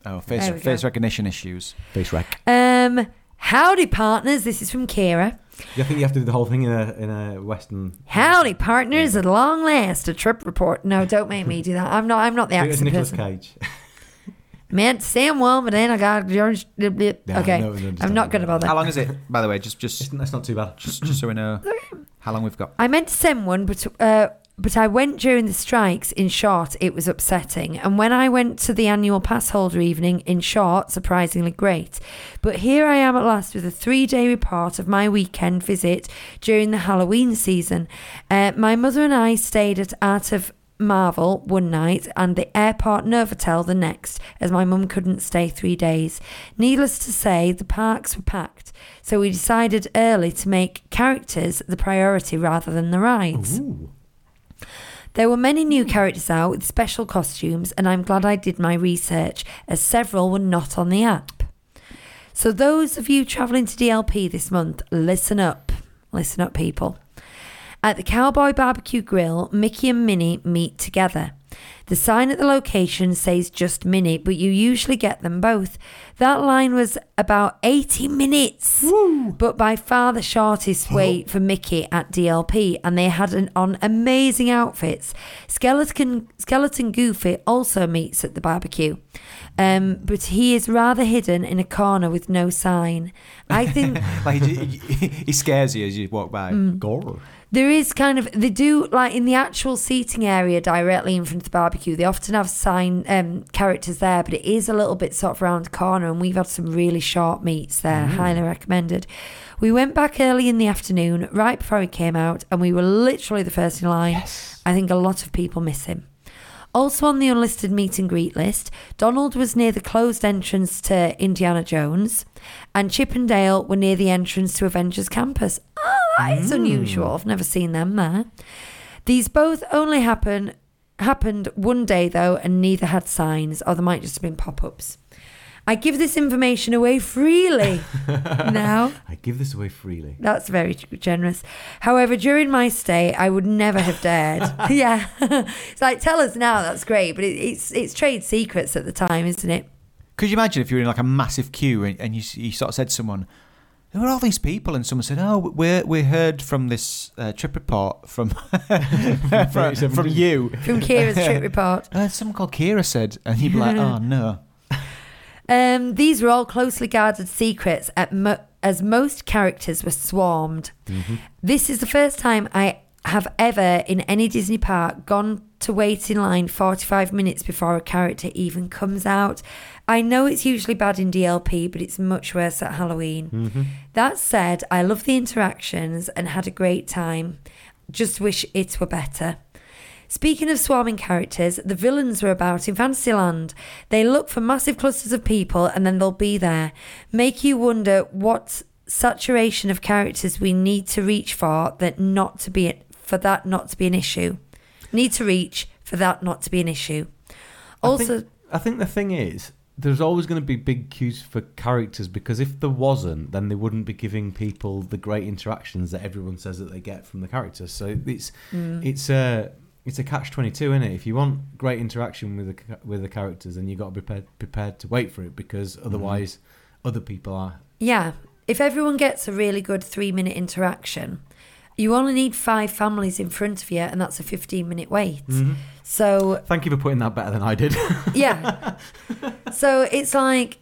Speaker 3: Oh, face
Speaker 2: There we
Speaker 3: face
Speaker 2: go.
Speaker 3: recognition issues.
Speaker 4: Face rack.
Speaker 2: Um, howdy, partners. This is from Kira.
Speaker 4: Yeah, I think you have to do the whole thing in a in a western.
Speaker 2: Howdy, partners. At long last, a trip report. No, don't make me do that. I'm not. I'm
Speaker 4: (laughs)
Speaker 2: not the
Speaker 4: Do it as
Speaker 2: accent
Speaker 4: Nicolas
Speaker 2: person.
Speaker 4: Cage.
Speaker 2: Meant Sam Well, but then I got George. blip, blip.
Speaker 4: Yeah, I
Speaker 2: okay,
Speaker 4: know, I understand
Speaker 2: I'm not
Speaker 4: that.
Speaker 2: going to bother.
Speaker 3: How long is it, by the way? Just just
Speaker 4: It's- That's not too bad.
Speaker 3: just, just so
Speaker 2: (laughs)
Speaker 3: we know how long we've got.
Speaker 2: I meant to send one, but uh, but I went during the strikes. In short, it was upsetting. And when I went to the annual pass holder evening, in short, surprisingly great. But here I am at last with a three day report of my weekend visit during the Halloween season. Uh, my mother and I stayed at Art of Marvel one night and the airport Novotel the next, as my mum couldn't stay three days. Needless to say, the parks were packed, so we decided early to make characters the priority rather than the rides. There were many new characters out with special costumes, and I'm glad I did my research, as several were not on the app. So, those of you travelling to DLP this month, listen up. Listen up, people. At the Cowboy Barbecue Grill, Mickey and Minnie meet together. The sign at the location says just Minnie, but you usually get them both. That line was about 80 minutes, but by far the shortest wait for Mickey at DLP, and they had an, on amazing outfits. Skeleton, Skeleton Goofy also meets at the barbecue, um, but he is rather hidden in a corner with no sign. (laughs) I Mm. think.
Speaker 3: (laughs) Like he, he, he scares you as you walk by.
Speaker 4: Gore.
Speaker 2: There is kind of they do like in the actual seating area directly in front of the barbecue. They often have sign um, characters there, but it is a little bit sort of round the corner, and we've had some really sharp meats there. Highly recommended. We went back early in the afternoon, right before he came out, and we were literally the first in line. I think a lot of people miss him. Also on the unlisted meet and greet list, Donald was near the closed entrance to Indiana Jones, and Chip and Dale were near the entrance to Avengers Campus. Oh, that is unusual. I've never seen them there. These both only happen happened one day though, and neither had signs, or they might just have been pop-ups. I give this information away freely now.
Speaker 4: I give this away freely.
Speaker 2: That's very g- generous. However, during my stay, I would never have dared. (laughs) yeah, it's like tell us now. That's great, but it, it's it's trade secrets at the time, isn't it?
Speaker 3: Could you imagine if you were in like a massive queue and, and you, s- you sort of said to someone, there were all these people, and someone said, "Oh, we we heard from this uh, trip report from (laughs) from, from you."
Speaker 2: From Kira's trip report.
Speaker 3: Uh, someone called Kira said, and you'd be
Speaker 2: (laughs)
Speaker 3: like, "Oh no."
Speaker 2: Um, these were all closely guarded secrets, at mo- as most characters were swarmed. This is the first time I have ever, in any Disney park, gone to wait in line 45 minutes before a character even comes out. I know it's usually bad in DLP, but it's much worse at Halloween. That said, I love the interactions and had a great time. Just wish it were better. Speaking of swarming characters, the villains are about in Fantasyland. They look for massive clusters of people and then they'll be there. Make you wonder what saturation of characters we need to reach for that not to be for that not to be an issue. Need to reach for that not to be an issue.
Speaker 4: I
Speaker 2: Also,
Speaker 4: think, I think the thing is, there's always going to be big queues for characters because if there wasn't, then they wouldn't be giving people the great interactions that everyone says that they get from the characters. So it's it's a it's a catch twenty two, isn't it? If you want great interaction with the ca- with the characters, then you got to be prepared, prepared to wait for it because otherwise, other people are.
Speaker 2: Yeah. If everyone gets a really good three minute interaction, you only need five families in front of you, and that's a 15 minute wait.
Speaker 4: Mm-hmm.
Speaker 2: So,
Speaker 4: Thank you for putting that better than I did. (laughs)
Speaker 2: yeah. so it's like,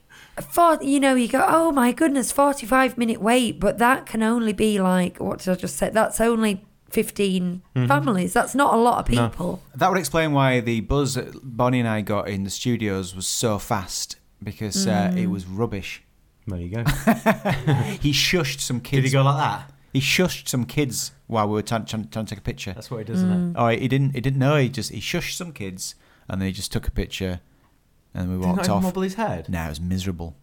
Speaker 2: for, you know, you go, oh my goodness, 45 minute wait, but that can only be like, what did I just say? That's only 15 families. That's not a lot of
Speaker 4: Mm-hmm. No.
Speaker 2: people.
Speaker 3: That would explain why the buzz that Bonnie and I got in the studios was so fast because uh,
Speaker 2: Mm.
Speaker 3: it was rubbish.
Speaker 4: there you go.
Speaker 3: He shushed some kids.
Speaker 4: Did he go like that?
Speaker 3: He shushed some kids while we were trying, trying, trying to take a picture.
Speaker 4: That's what it does, isn't it?
Speaker 3: Oh, he didn't. He didn't know. He just he shushed some kids, and they just took a picture, and we
Speaker 2: Mm.
Speaker 4: Did he not
Speaker 3: walked
Speaker 4: even
Speaker 3: off.
Speaker 4: wobble his head?
Speaker 3: Now it was miserable.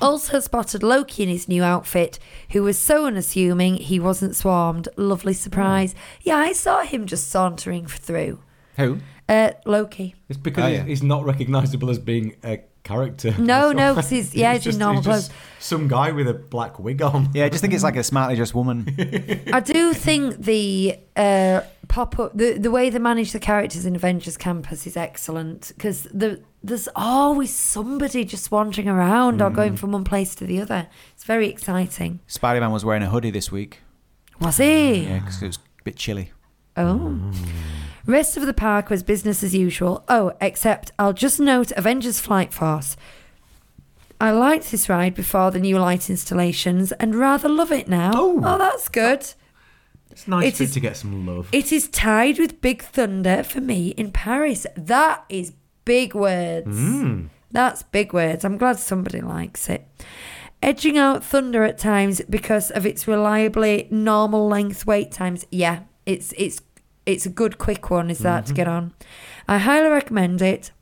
Speaker 2: Also spotted Loki in his new outfit, who was so unassuming he wasn't swarmed. Lovely surprise.
Speaker 4: Mm.
Speaker 2: Yeah, I saw him just sauntering through.
Speaker 3: Who?
Speaker 2: Uh, Loki.
Speaker 4: It's because
Speaker 3: Oh,
Speaker 4: he's,
Speaker 3: yeah.
Speaker 4: he's not recognisable as being a character.
Speaker 2: No,
Speaker 4: (laughs) That's
Speaker 2: no,
Speaker 4: all.
Speaker 2: 'cause he's- (laughs) yeah, he's in normal
Speaker 4: just Some guy with a black wig (laughs) on.
Speaker 3: Yeah, I just think it's like a smartly dressed (laughs) woman.
Speaker 2: (laughs) I do think the uh, pop up, the, the way they manage the characters in Avengers Campus is excellent because the, there's always somebody just wandering around or going from one place to the other. It's very exciting.
Speaker 3: Spider Man was wearing a hoodie this week.
Speaker 2: Was he?
Speaker 3: Yeah, because it was a bit chilly.
Speaker 2: Oh. Rest of the park was business as usual. Oh, except I'll just note Avengers Flight Force. I liked this ride before the new light installations and rather love it now.
Speaker 4: Oh.
Speaker 2: oh that's good.
Speaker 4: It's nice
Speaker 2: It
Speaker 4: for it
Speaker 2: is-
Speaker 4: to get some love.
Speaker 2: It is tied with Big Thunder for me in Paris. That is big words. That's big words. I'm glad somebody likes it. Edging out Thunder at times because of its reliably normal length wait times. Yeah, it's it's it's a good quick one. Is that to get on? I highly recommend it.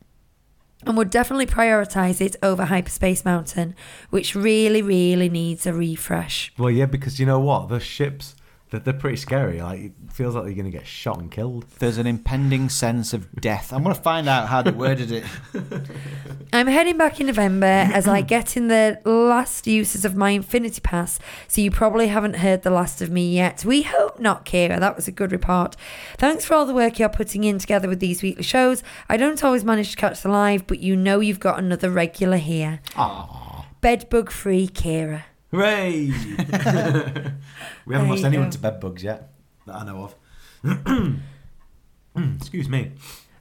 Speaker 2: And would definitely prioritize it over Hyperspace Mountain, which really, really needs a refresh.
Speaker 4: well, yeah, because you know what? The ships, they're, they're pretty scary. Like, it feels like you're going to get shot and killed.
Speaker 3: There's an impending sense of death. I'm gonna find out how they worded it.
Speaker 2: I'm heading back in November as I get in the last uses of my Infinity Pass, so you probably haven't heard the last of me yet. We hope not, Kira. That was a good report. Thanks for all the work you're putting in together with these weekly shows. I don't always manage to catch the live, but you know you've got another regular here. Bedbug free, Kira.
Speaker 4: (laughs) Hooray! we haven't
Speaker 2: you
Speaker 4: lost anyone
Speaker 2: go.
Speaker 4: to bed bugs yet, that I know of. (clears throat) Mm, Excuse me.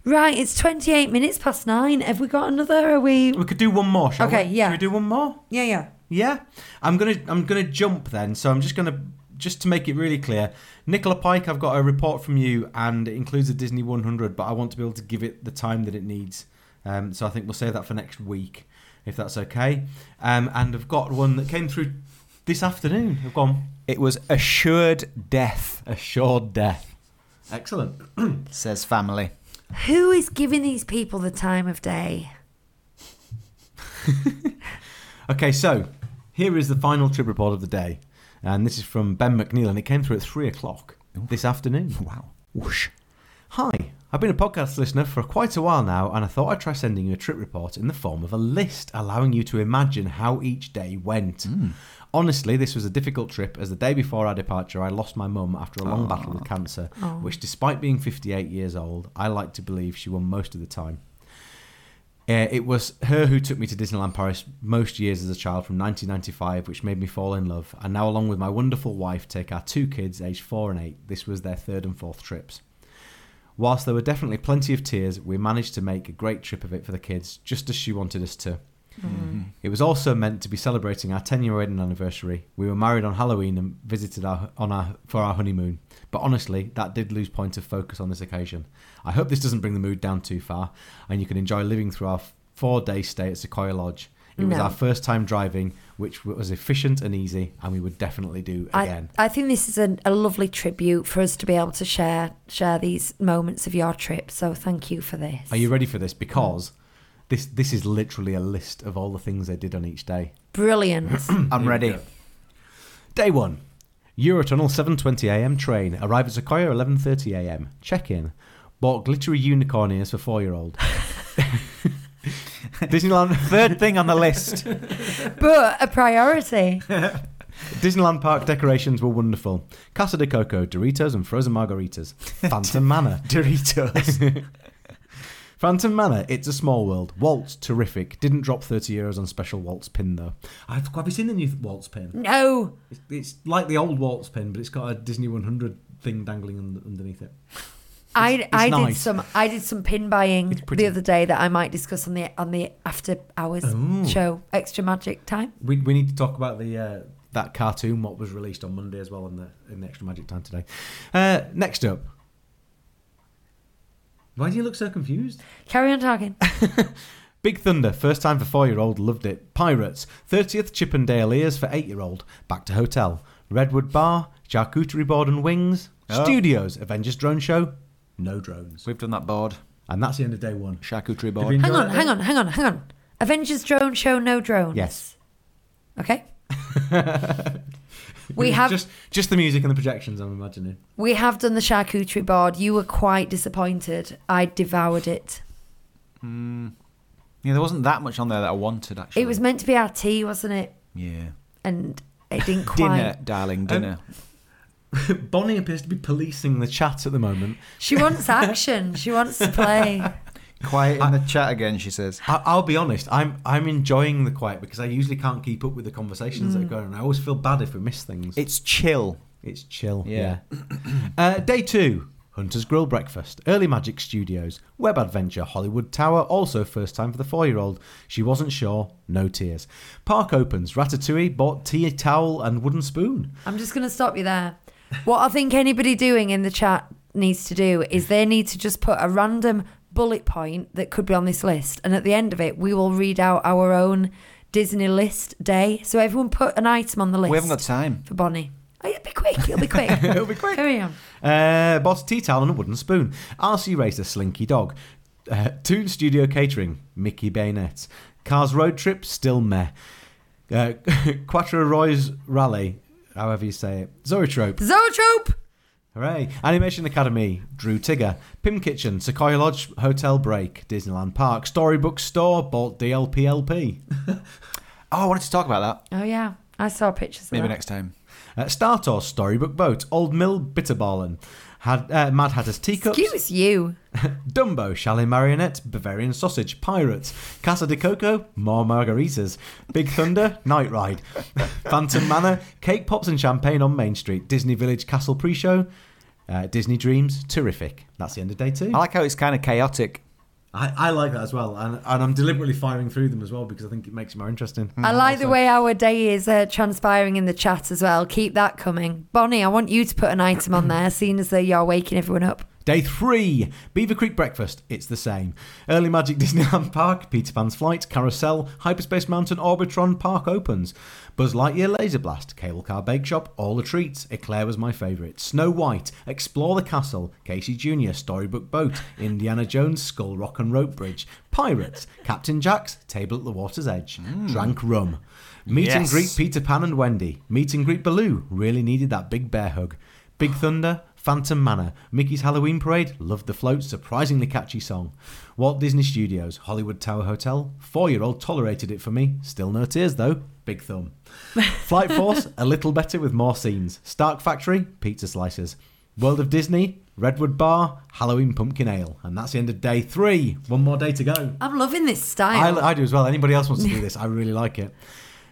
Speaker 2: Right, it's 28 minutes past nine. Have we got another? Are we?
Speaker 4: We could do one more, shall
Speaker 2: Okay,
Speaker 4: we?
Speaker 2: yeah.
Speaker 4: Should we do one more?
Speaker 2: Yeah, yeah.
Speaker 4: Yeah, I'm gonna I'm gonna jump then. So I'm just gonna just to make it really clear, Nicola Pike, I've got a report from you, and it includes a Disney 100, but I want to be able to give it the time that it needs. Um, so I think we'll save that for next week, if that's okay. Um, and I've got one that came through this afternoon. I've gone
Speaker 3: It was assured death,
Speaker 4: assured death. Excellent.
Speaker 3: says family.
Speaker 2: Who is giving these people the time of day?
Speaker 4: Okay, so here is the final trip report of the day, and this is from Ben McNeil, and it came through at three o'clock this afternoon.
Speaker 3: Wow. Whoosh.
Speaker 4: Hi, I've been a podcast listener for quite a while now, and I thought I'd try sending you a trip report in the form of a list, allowing you to imagine how each day went. Honestly, this was a difficult trip as the day before our departure, I lost my mum after a long battle with cancer, which, despite being 58 years old, I like to believe she won most of the time. Uh, it was her who took me to Disneyland Paris most years as a child from 1995, which made me fall in love. And now, along with my wonderful wife, take our two kids, aged four and eight. This was their third and fourth trips. Whilst there were definitely plenty of tears, we managed to make a great trip of it for the kids, just as she wanted us to. It was also meant to be celebrating our 10 year wedding anniversary. We were married on Halloween and visited our, on our, for our honeymoon. But honestly, that did lose point of focus on this occasion. I hope this doesn't bring the mood down too far and you can enjoy living through our four day stay at Sequoia Lodge. It was
Speaker 2: No.
Speaker 4: our first time driving, which was efficient and easy, and we would definitely do
Speaker 2: I,
Speaker 4: again.
Speaker 2: I think this is a, a lovely tribute for us to be able to share share these moments of your trip. So thank you for this.
Speaker 4: Are you ready for this? Because this this is literally a list of all the things they did on each day. (clears throat)
Speaker 2: brilliant?
Speaker 3: I'm ready.
Speaker 4: Day one. Eurotunnel 7:20 a.m. train. Arrive at Sequoia 11:30 a.m. Check in. Bought glittery unicorn ears for four-year-old. (laughs) Disneyland
Speaker 3: Third thing on the list.
Speaker 2: but a priority.
Speaker 4: Disneyland Park decorations were wonderful. Casa de Coco, Doritos and frozen margaritas. Phantom Manor.
Speaker 3: Doritos.
Speaker 4: (laughs) Phantom Manor, It's a Small World. Waltz, terrific. Didn't drop 30 euros on special Waltz pin, though. I've, have you seen the new Waltz pin?
Speaker 2: No.
Speaker 4: It's, it's like the old Waltz pin, but it's got a Disney 100 thing dangling un- underneath it.
Speaker 2: I, I did
Speaker 4: nice.
Speaker 2: some I did some pin buying
Speaker 4: pretty.
Speaker 2: the other day that I might discuss on the on the after hours show extra magic time.
Speaker 4: We, we need to talk about the uh, that cartoon, what was released on Monday as well in the, in the Extra Magic Time today. Uh, next up. Why do you look so confused?
Speaker 2: Carry
Speaker 4: (laughs)
Speaker 2: on talking.
Speaker 4: Big Thunder, first time for four year old, loved it. Pirates, 30th Chippendale Ears for eight year old, back to hotel. Redwood Bar, charcuterie board and wings.
Speaker 3: Oh.
Speaker 4: Studios, Avengers drone show, no drones.
Speaker 3: (laughs) We've done that board.
Speaker 4: And that's the end of day one.
Speaker 3: Charcuterie
Speaker 4: Did
Speaker 3: board.
Speaker 4: we-
Speaker 2: hang
Speaker 4: You're
Speaker 2: on,
Speaker 4: right.
Speaker 2: hang on, hang on, hang on. Avengers drone show no drones.
Speaker 4: Yes.
Speaker 2: Okay.
Speaker 4: (laughs)
Speaker 2: we have
Speaker 4: Just, just the music and the projections, I'm imagining. (laughs)
Speaker 2: we have done the charcuterie board. You were quite disappointed. I devoured it.
Speaker 3: Yeah, there wasn't that much on there that I wanted, actually.
Speaker 2: It was meant to be our tea, wasn't it?
Speaker 3: Yeah. Um,
Speaker 2: And it (laughs) didn't quite.
Speaker 3: Dinner, darling, dinner.
Speaker 4: Bonnie appears to be policing the chat at the moment.
Speaker 2: She wants action. she wants to play.
Speaker 3: Quiet in the chat again, she says.
Speaker 4: I, I'll be honest, I'm I'm enjoying the quiet because I usually can't keep up with the conversations
Speaker 2: Mm.
Speaker 4: that are going on. I always feel bad if we miss things.
Speaker 3: It's chill.
Speaker 4: It's chill.
Speaker 3: Yeah.
Speaker 4: (clears throat) uh, day two. Hunter's Grill Breakfast, Early Magic Studios, Web Adventure, Hollywood Tower, also first time for the four year old. She wasn't sure, no tears. Park opens, Ratatouille bought tea towel and wooden spoon.
Speaker 2: I'm just going to stop you there. What I think anybody doing in the chat needs to do is they need to just put a random bullet point that could be on this list. And at the end of it, we will read out our own Disney list day. So everyone put an item on the list
Speaker 3: We haven't got time.
Speaker 2: for Bonnie. Oh, it'll be quick. It'll (laughs) be quick. it'll be quick. Carry on.
Speaker 4: Uh, bought a tea towel and a wooden spoon. RC Racer, Slinky Dog. Uh, Toon Studio Catering, Mickey Bayonet. Cars Road Trip, still meh. Uh, (laughs) Quattro Roy's Rally, however you say it. Zoetrope.
Speaker 2: Zoetrope.
Speaker 4: Hooray! Animation Academy, Drew Tigger, Pim Kitchen, Sequoia Lodge, Hotel Break, Disneyland Park, Storybook Store, bought DLPLP,
Speaker 3: Oh, I wanted to talk about that.
Speaker 2: Oh, yeah. I saw pictures of
Speaker 3: Maybe
Speaker 2: that.
Speaker 3: next time.
Speaker 4: uh, Star Tours, Storybook Boat, Old Mill, Bitterballen, had, uh, Mad Hatter's Teacups,
Speaker 2: Excuse you.
Speaker 4: Dumbo, Chalet Marionette, Bavarian Sausage, Pirates, Casa de Coco, More Margaritas, Big Thunder, Night Ride, (laughs) Phantom Manor, Cake Pops and Champagne on Main Street, Disney Village Castle Pre-Show, uh, Disney Dreams, terrific. That's the end of day two.
Speaker 3: I like how it's kind of chaotic.
Speaker 4: I, I like that as well, and, and I'm deliberately firing through them as well because I think it makes it more interesting.
Speaker 2: I like the way our day is uh, transpiring in the chat as well. Keep that coming. Bonnie, I want you to put an item on there, seeing as though you're waking everyone up.
Speaker 4: Day three, Beaver Creek Breakfast. It's the same. Early Magic (laughs) Disneyland Park, Peter Pan's Flight, Carousel, Hyperspace Mountain, Orbitron Park opens. Buzz Lightyear Laser Blast, Cable Car Bake Shop, All the Treats, Eclair was my favourite, Snow White, Explore the Castle, Casey Jr., Storybook Boat, Indiana Jones, Skull Rock and Rope Bridge, Pirates, Captain Jack's, Table at the Water's Edge, Drank Rum. Meet and
Speaker 3: Yes.
Speaker 4: greet Peter Pan and Wendy. Meet and greet Baloo. Really needed that big bear hug. Big Thunder, Phantom Manor, Mickey's Halloween Parade, loved the float, surprisingly catchy song. Walt Disney Studios, Hollywood Tower Hotel, four year old tolerated it for me, still no tears though, big thumb. Flight Force, a little better with more scenes. Stark Factory, pizza slices. World of Disney, Redwood Bar, Halloween Pumpkin Ale. And that's the end of day three. One more day to go.
Speaker 2: I'm loving this style.
Speaker 4: I, I do as well. Anybody else wants to do this? I really like it.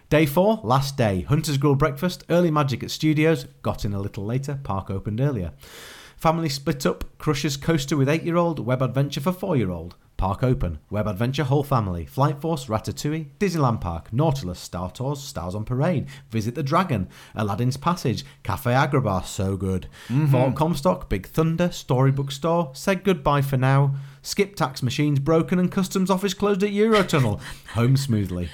Speaker 4: Day four, last day. Hunter's Grill breakfast, early magic at studios, got in a little later, park opened earlier. Family split up, Crusher's Coaster with 8 year old, Web Adventure for 4 year old, park open, Web Adventure whole family, Flight Force, Ratatouille, Disneyland Park, Nautilus, Star Tours, Stars on Parade, Visit the Dragon, Aladdin's Passage, Cafe Agrabah, so good, Fort Comstock, Big Thunder, Storybook Store, said goodbye for now, Skip Tax Machines broken and Customs Office closed at Eurotunnel, home smoothly.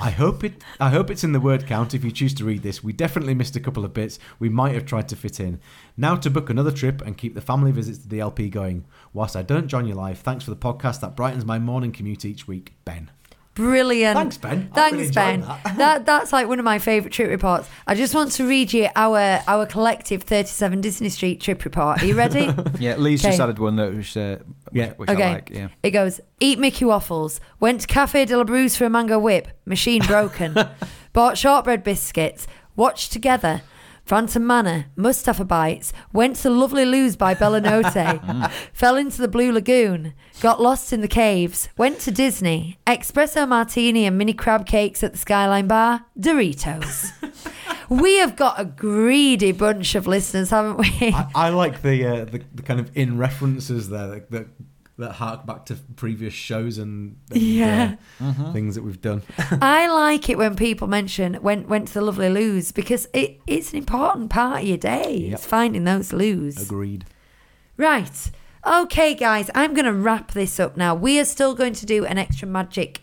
Speaker 4: I hope it. I hope it's in the word count. If you choose to read this, we definitely missed a couple of bits we might have tried to fit in. Now to book another trip and keep the family visits to the LP going. Whilst I don't join your live, thanks for the podcast that brightens my morning commute each week, Ben.
Speaker 2: Brilliant.
Speaker 4: Thanks, Ben. I
Speaker 2: Thanks,
Speaker 4: really enjoyed
Speaker 2: Ben.
Speaker 4: that. (laughs)
Speaker 2: that that's like one of my favourite trip reports. I just want to read you our our collective 37 Disney Street trip report. Are you
Speaker 4: (laughs)
Speaker 2: ready?
Speaker 3: Yeah, Lee's just
Speaker 2: Okay.
Speaker 3: added one that was, uh,
Speaker 4: Yeah.
Speaker 3: which, which I like. Yeah.
Speaker 2: It goes, eat Mickey waffles. Went to Cafe de la Bruise for a mango whip. Machine
Speaker 3: (laughs)
Speaker 2: broken. Bought shortbread biscuits. Watched together. Phantom Manor, Mustafa Bites, went to Lovely Lose by
Speaker 3: (laughs) Mm.
Speaker 2: Bellinote, fell into the Blue Lagoon, got lost in the caves, went to Disney, espresso martini and mini crab cakes at the Skyline Bar,
Speaker 3: (laughs)
Speaker 2: Doritos. we have got a greedy bunch of listeners, haven't we?
Speaker 4: I, I like the, uh, the the kind of in references there that, that that hark back to previous shows and, and,
Speaker 2: Yeah.
Speaker 4: uh, things that we've (laughs) done.
Speaker 2: I like it when people mention went went to the lovely loos because it, it's an important part of your day.
Speaker 4: Yep.
Speaker 2: It's finding those loos.
Speaker 4: Agreed.
Speaker 2: Right. Okay, guys, I'm going to wrap this up now. We are still going to do an extra magic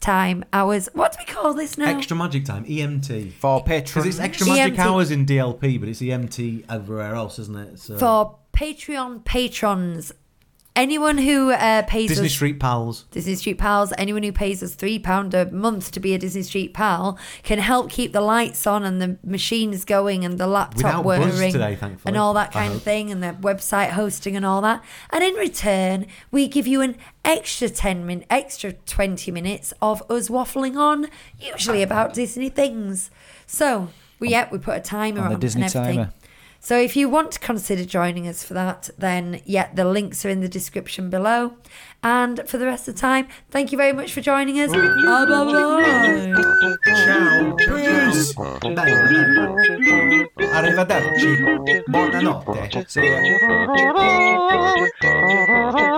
Speaker 2: time hours. What do we call this (laughs) now? E
Speaker 4: Extra magic time, E EMT.
Speaker 3: For
Speaker 4: Because
Speaker 3: patrons.
Speaker 4: it's extra magic
Speaker 2: EMT.
Speaker 4: hours in DLP, but it's EMT everywhere else, isn't it? So
Speaker 2: For Patreon patrons, anyone who uh, pays
Speaker 4: Disney
Speaker 2: us
Speaker 4: Street Pals.
Speaker 2: Disney Street Pals, anyone who pays us £3 a month to be a Disney Street Pal can help keep the lights on and the machines going and the
Speaker 4: Without
Speaker 2: laptop
Speaker 4: buzz
Speaker 2: whirring
Speaker 4: today, thankfully,
Speaker 2: and all
Speaker 4: I
Speaker 2: that kind of
Speaker 4: hope.
Speaker 2: thing and the website hosting and all that. And in return, we give you an extra 10 min, extra 20 minutes of us waffling on, usually about Disney things. So, we, yeah, we put a timer
Speaker 3: on
Speaker 2: on,
Speaker 3: the Disney
Speaker 2: and everything.
Speaker 3: timer.
Speaker 2: So if you want to consider joining us for that, then yeah, the links are in the description below. And for the rest of the time, thank you very much for joining us. Bye bye.
Speaker 4: Ciao. Peace. Arrivederci. Buonanotte.
Speaker 3: uh, See ya.
Speaker 6: Thank you.